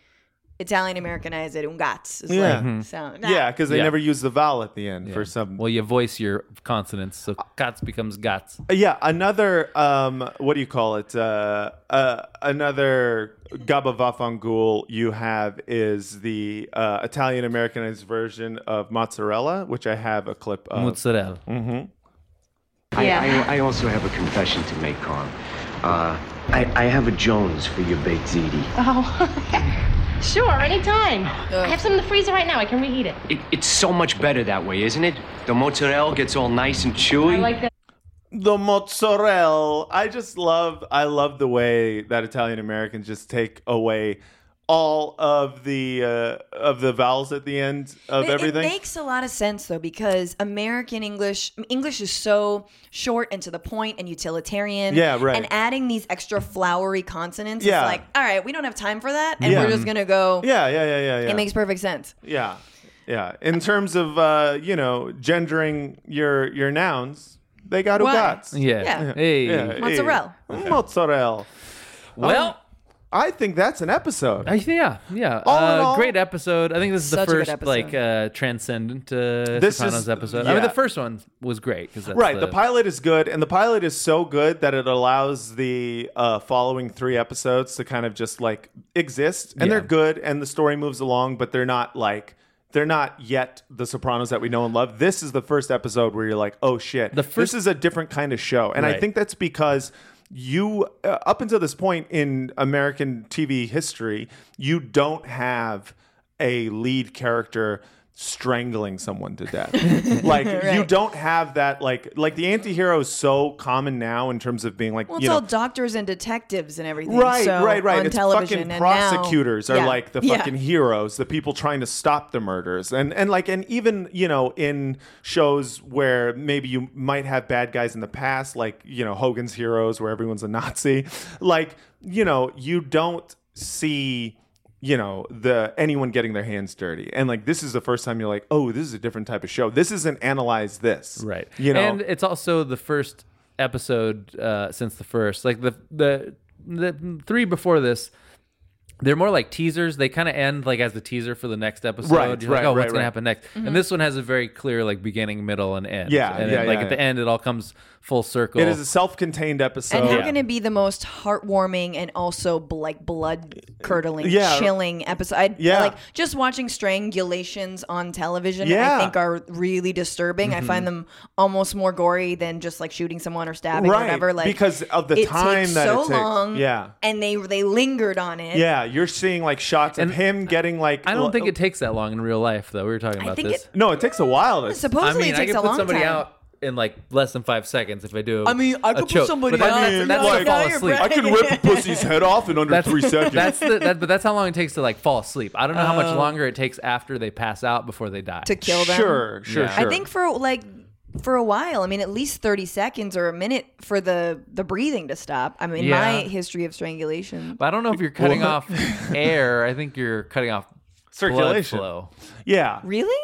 C: Italian Americanize it, un cazzo. Is
A: yeah,
C: like, sound.
A: yeah, because they
B: Yeah.
A: never use the vowel at the end for some.
B: Well, you voice your consonants, so gats becomes gats.
A: Yeah, another um, what do you call it? Uh, uh, another gabavafangul you have is the uh, Italian Americanized version of mozzarella, which I have a clip
M: Uh,
A: of.
B: Mozzarella.
A: Mm-hmm.
M: I, I, I also have a confession to make, Carm. Uh, I, I have a Jones for your baked ziti.
Q: Oh, sure, anytime. I have some in the freezer right now. I can reheat it.
M: It, it's so much better that way, isn't it? The mozzarella gets all nice and chewy.
Q: I like that.
A: The mozzarella. I just love. I love the way that Italian Americans just take away all of the uh, of the vowels at the end of
C: It-
A: everything.
C: It makes a lot of sense though because American English English is so short and to the point and utilitarian.
A: Yeah, right.
C: And adding these extra flowery consonants
A: Yeah.
C: is like, all right, we don't have time for that, and
A: Yeah.
C: we're just gonna go.
A: yeah, yeah, yeah, yeah, yeah.
C: It makes perfect sense.
A: Yeah, yeah. In terms of uh, you know gendering your your nouns, they got
C: Why?
A: ugats.
B: Yeah. Yeah. Hey.
C: Mozzarella.
A: Mozzarella.
B: Well-
A: Um, I think that's an episode.
B: I think, yeah, yeah.
A: All
B: uh,
A: in all-
B: great episode. I think this is
A: Such a
B: the
A: good
B: first
A: episode.
B: like uh, transcendent uh,
A: This
B: Sopranos
A: is-
B: episode. I mean,
A: yeah.
B: the first one was great because
A: right, the... pilot is good, and the pilot is so good that it allows the uh, following three episodes to kind of just like exist, and they're
B: Yeah.
A: good, and the story moves along, but they're not like they're not yet the Sopranos that we know and love. This is the first episode where you're like, oh shit, the
B: first-
A: this is a different kind of show, and I
B: Right.
A: think that's because you uh, up until this point in American TV history, you don't have a lead character strangling someone to death. like you
C: Right.
A: don't have that like like the anti-hero is so common now in terms of being like
C: Well, it's
A: you know
C: all doctors and detectives and everything.
A: Right,
C: so
A: right, right.
C: On
A: It's
C: television
A: fucking
C: and
A: prosecutors
C: now,
A: are
C: Yeah.
A: like the
C: Yeah.
A: fucking heroes, the people trying to stop the murders, and and like and even you know in shows where maybe you might have bad guys in the past, like you know Hogan's Heroes, where everyone's a Nazi, like you know you don't see you know the anyone getting their hands dirty and like this is the first time you're like oh this is a different type of show this isn't analyze this right you know
B: and it's also the first episode uh, since the first. Like the the the three before this. They're more like teasers. They kind of end like as the teaser for the next episode.
A: Right,
B: You're like,
A: right,
B: oh,
A: right,
B: what's gonna
A: right.
B: happen next?
A: Mhm.
B: And this one has a very clear like beginning, middle, and end.
A: Yeah,
B: and
A: yeah,
B: it- like
A: yeah,
B: at the end, it all comes full circle.
A: it is a self-contained episode
C: and they're going to be the most heartwarming and also b- like blood curdling,
A: Yeah.
C: chilling episode. I,
A: Yeah.
C: like just watching strangulations on television.
A: Yeah.
C: I think are really disturbing. I
A: Mhm.
C: find them almost more gory than just like shooting someone or stabbing
A: right
C: or whatever. Like
A: because of the
C: it
A: time
C: takes
A: that
C: so
A: it takes
C: long.
A: yeah
C: and they they lingered on it.
A: Yeah, you're seeing like shots of him getting like.
B: I don't think it takes that long in real life, though. We were talking about
A: think
B: this.
A: it- no, it takes a while. to-
B: I mean, I could put somebody out in like less than five seconds if I do.
A: I mean, I
B: a
A: could put
B: choke,
A: somebody
B: but
A: out
B: That's,
A: in,
B: that's
A: like-
B: to fall
A: Now you're
B: asleep.
A: bragging. I could rip a pussy's head off in under
B: That's-
A: three seconds.
B: That's the, that, but that's how long it takes to like fall asleep. I don't know how
A: Oh.
B: much longer it takes after they pass out before they die
C: to kill them. I think for like for a while, I mean, at least thirty seconds or a minute for the the breathing to stop. I mean, my
B: Yeah.
C: history of strangulation.
B: But I don't know if you're cutting
C: What?
B: off air. I think you're cutting off
A: Circulation.
B: blood flow.
A: Yeah.
C: Really?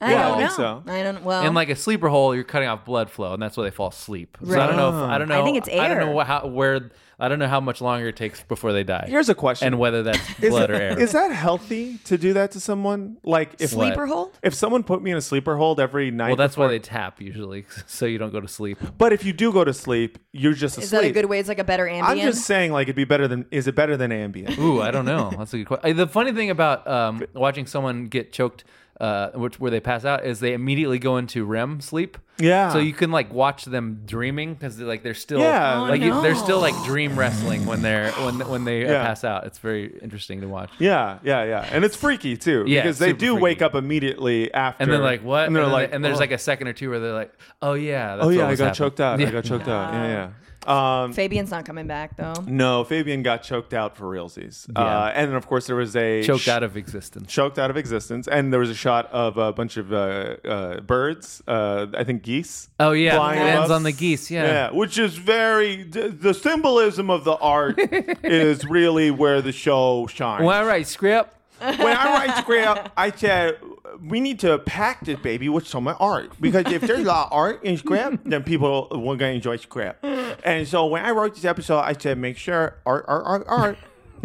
C: I
B: Yeah, I
C: don't know.
B: think so.
C: I don't. Well,
B: in like a sleeper hole, you're cutting off blood flow, and that's why they fall asleep. So I don't know. If,
C: Right.
B: I don't
C: I
B: know.
C: think it's
B: I don't know
C: air.
B: what, how, where. I don't know how much longer it takes before they die.
A: Here's a question.
B: and whether that's
A: Is,
B: blood or air.
A: is that healthy to do that to someone? Like if
B: Sleeper What? hold?
A: If someone put me in a sleeper hold every night.
B: well, that's why they tap usually, so you don't go to sleep.
A: But if you do go to sleep, you're just asleep.
C: is that a good way? It's like a better ambient.
A: I'm just saying, like it'd be better than. Is it better than Ambien?
B: Ooh, I don't know. That's a good question. The funny thing about um, watching someone get choked, uh, which where they pass out, is they immediately go into REM sleep.
A: Yeah.
B: So you can like watch them dreaming because like they're still
A: Yeah. Oh,
B: like you- they're
A: no.
B: still like dream wrestling when they're when when they uh
A: Yeah.
B: pass out. It's very interesting to watch.
A: Yeah, yeah, yeah, and it's freaky too
B: Yeah,
A: because they
B: super
A: do
B: freaky.
A: wake up immediately after,
B: And then like what?
A: And they're
B: then
A: like,
B: they- and there's
A: oh.
B: like a second or two where they're like, oh yeah, that's
A: oh
B: what
A: yeah, I
B: was
A: got
B: happening.
A: choked out.
B: Yeah.
A: I got choked out. Yeah, yeah. Um,
C: Fabian's not coming back though.
A: no, Fabian got choked out for realsies.
B: Yeah.
A: Uh, and then, of course, there was a
B: Choked out of existence.
A: Choked out of existence, and there was a shot of a bunch of uh, uh, birds. Uh, I think geese.
B: Oh yeah,
A: flying
B: it ends
A: above.
B: on the geese. Yeah.
A: Yeah, which is very the the symbolism of the art is really where the show shines.
B: Well, all right, script.
A: when I write script, I said we need to pack this baby with some art because if there's a lot of art in script, then people will gonna enjoy script. And so when I wrote this episode, I said make sure art, art, art, art,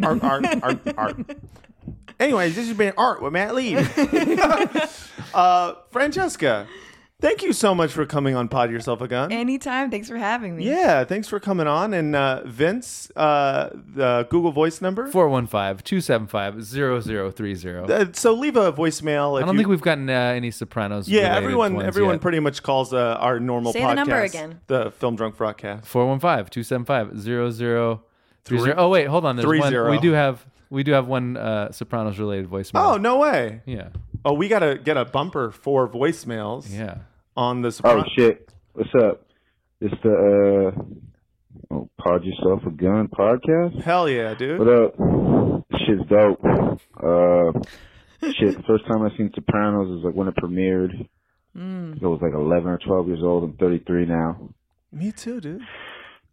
A: art, art, art, art. Anyways, this has been art with Matt Lee. uh, Francesca, thank you so much for coming on Pod Yourself a Gun.
C: Anytime. Thanks for having me.
A: Yeah, thanks for coming on. And uh, Vince, uh, the Google Voice number
B: 415-275-0030.
A: Uh, so leave a voicemail.
B: I
A: If
B: don't
A: you,
B: think we've gotten uh, any Sopranos.
A: Yeah,
B: related
A: everyone,
B: ones
A: everyone
B: yet.
A: pretty much calls uh, our normal
C: Say
A: podcast
C: the number again.
A: the Film Drunk Broadcast.
B: 415-275-0030. Oh wait, hold on. There's
A: Three
B: one.
A: zero.
B: We do have we do have one uh, Sopranos related voicemail.
A: Oh no way!
B: Yeah.
A: Oh, we gotta get a bumper for voicemails.
B: Yeah.
A: On the
R: Oh
A: Sopranos.
R: shit! What's up? It's the uh, oh, pod yourself a gun podcast.
A: Hell yeah, dude!
R: What up? Shit's dope. Uh, shit. the First time I seen Sopranos was like when it premiered.
A: Mm.
R: I was like 11 or 12 years old. I'm 33 now.
A: Me too, dude.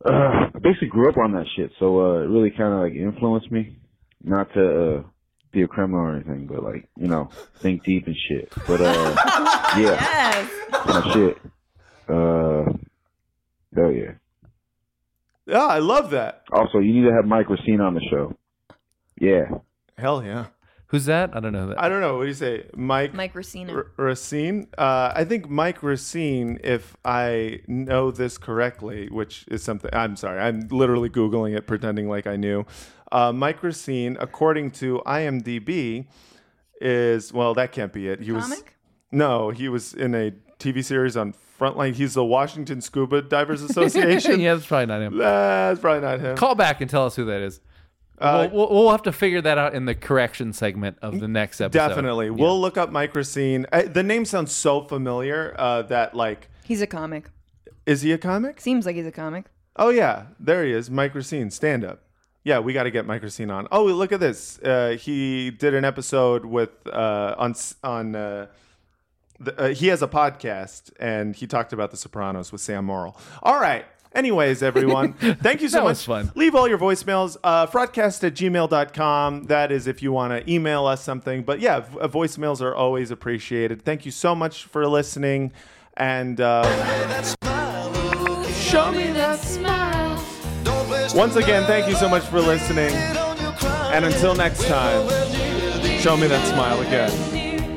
R: Uh, I basically grew up on that shit, so uh, it really kind of like influenced me. Not to uh, be a criminal or anything, but like you know, think deep and shit. But uh, yeah,
C: Yes.
R: my shit. Uh, hell yeah.
A: Yeah, I love that.
R: Also, you need to have Mike Racine on the show. Yeah.
A: Hell yeah.
B: Who's that? I don't know that.
A: I don't know. What do you say, Mike?
C: Mike Racina.
A: R- Racine. Uh, I think Mike Racine, if I know this correctly, which is something I'm sorry, I'm literally Googling it, pretending like I knew. Uh, Mike Racine, according to IMDb, is well, that can't be it. He was no, he was in a TV series on Frontline. He's the Washington Scuba Divers Association.
B: yeah, that's probably not him.
A: That's probably not him.
B: Call back and tell us who that is.
A: Uh,
B: we'll, we'll, we'll have to figure that out in the correction segment of the next episode.
A: Definitely, we'll look up Mike Racine. I, the name sounds so familiar uh, that like,
C: He's a comic.
A: is he a comic?
C: Seems like he's a comic.
A: Oh yeah, there he is, Mike Racine, stand up. Yeah, we got to get Mike Racine on. Oh, look at this. Uh, he did an episode with uh, on s- on. Uh, the, uh, he has a podcast and he talked about The Sopranos with Sam Morrill. All right. Anyways, everyone, thank you so
B: That
A: much.
B: was fun.
A: Leave all your voicemails, uh, fraudcast at gmail.com. That is if you want to email us something. But yeah, v- uh, voicemails are always appreciated. Thank you so much for listening. And uh,
I: Show me that smile.
A: once again, thank you so much for listening. And until next time, show me that smile again.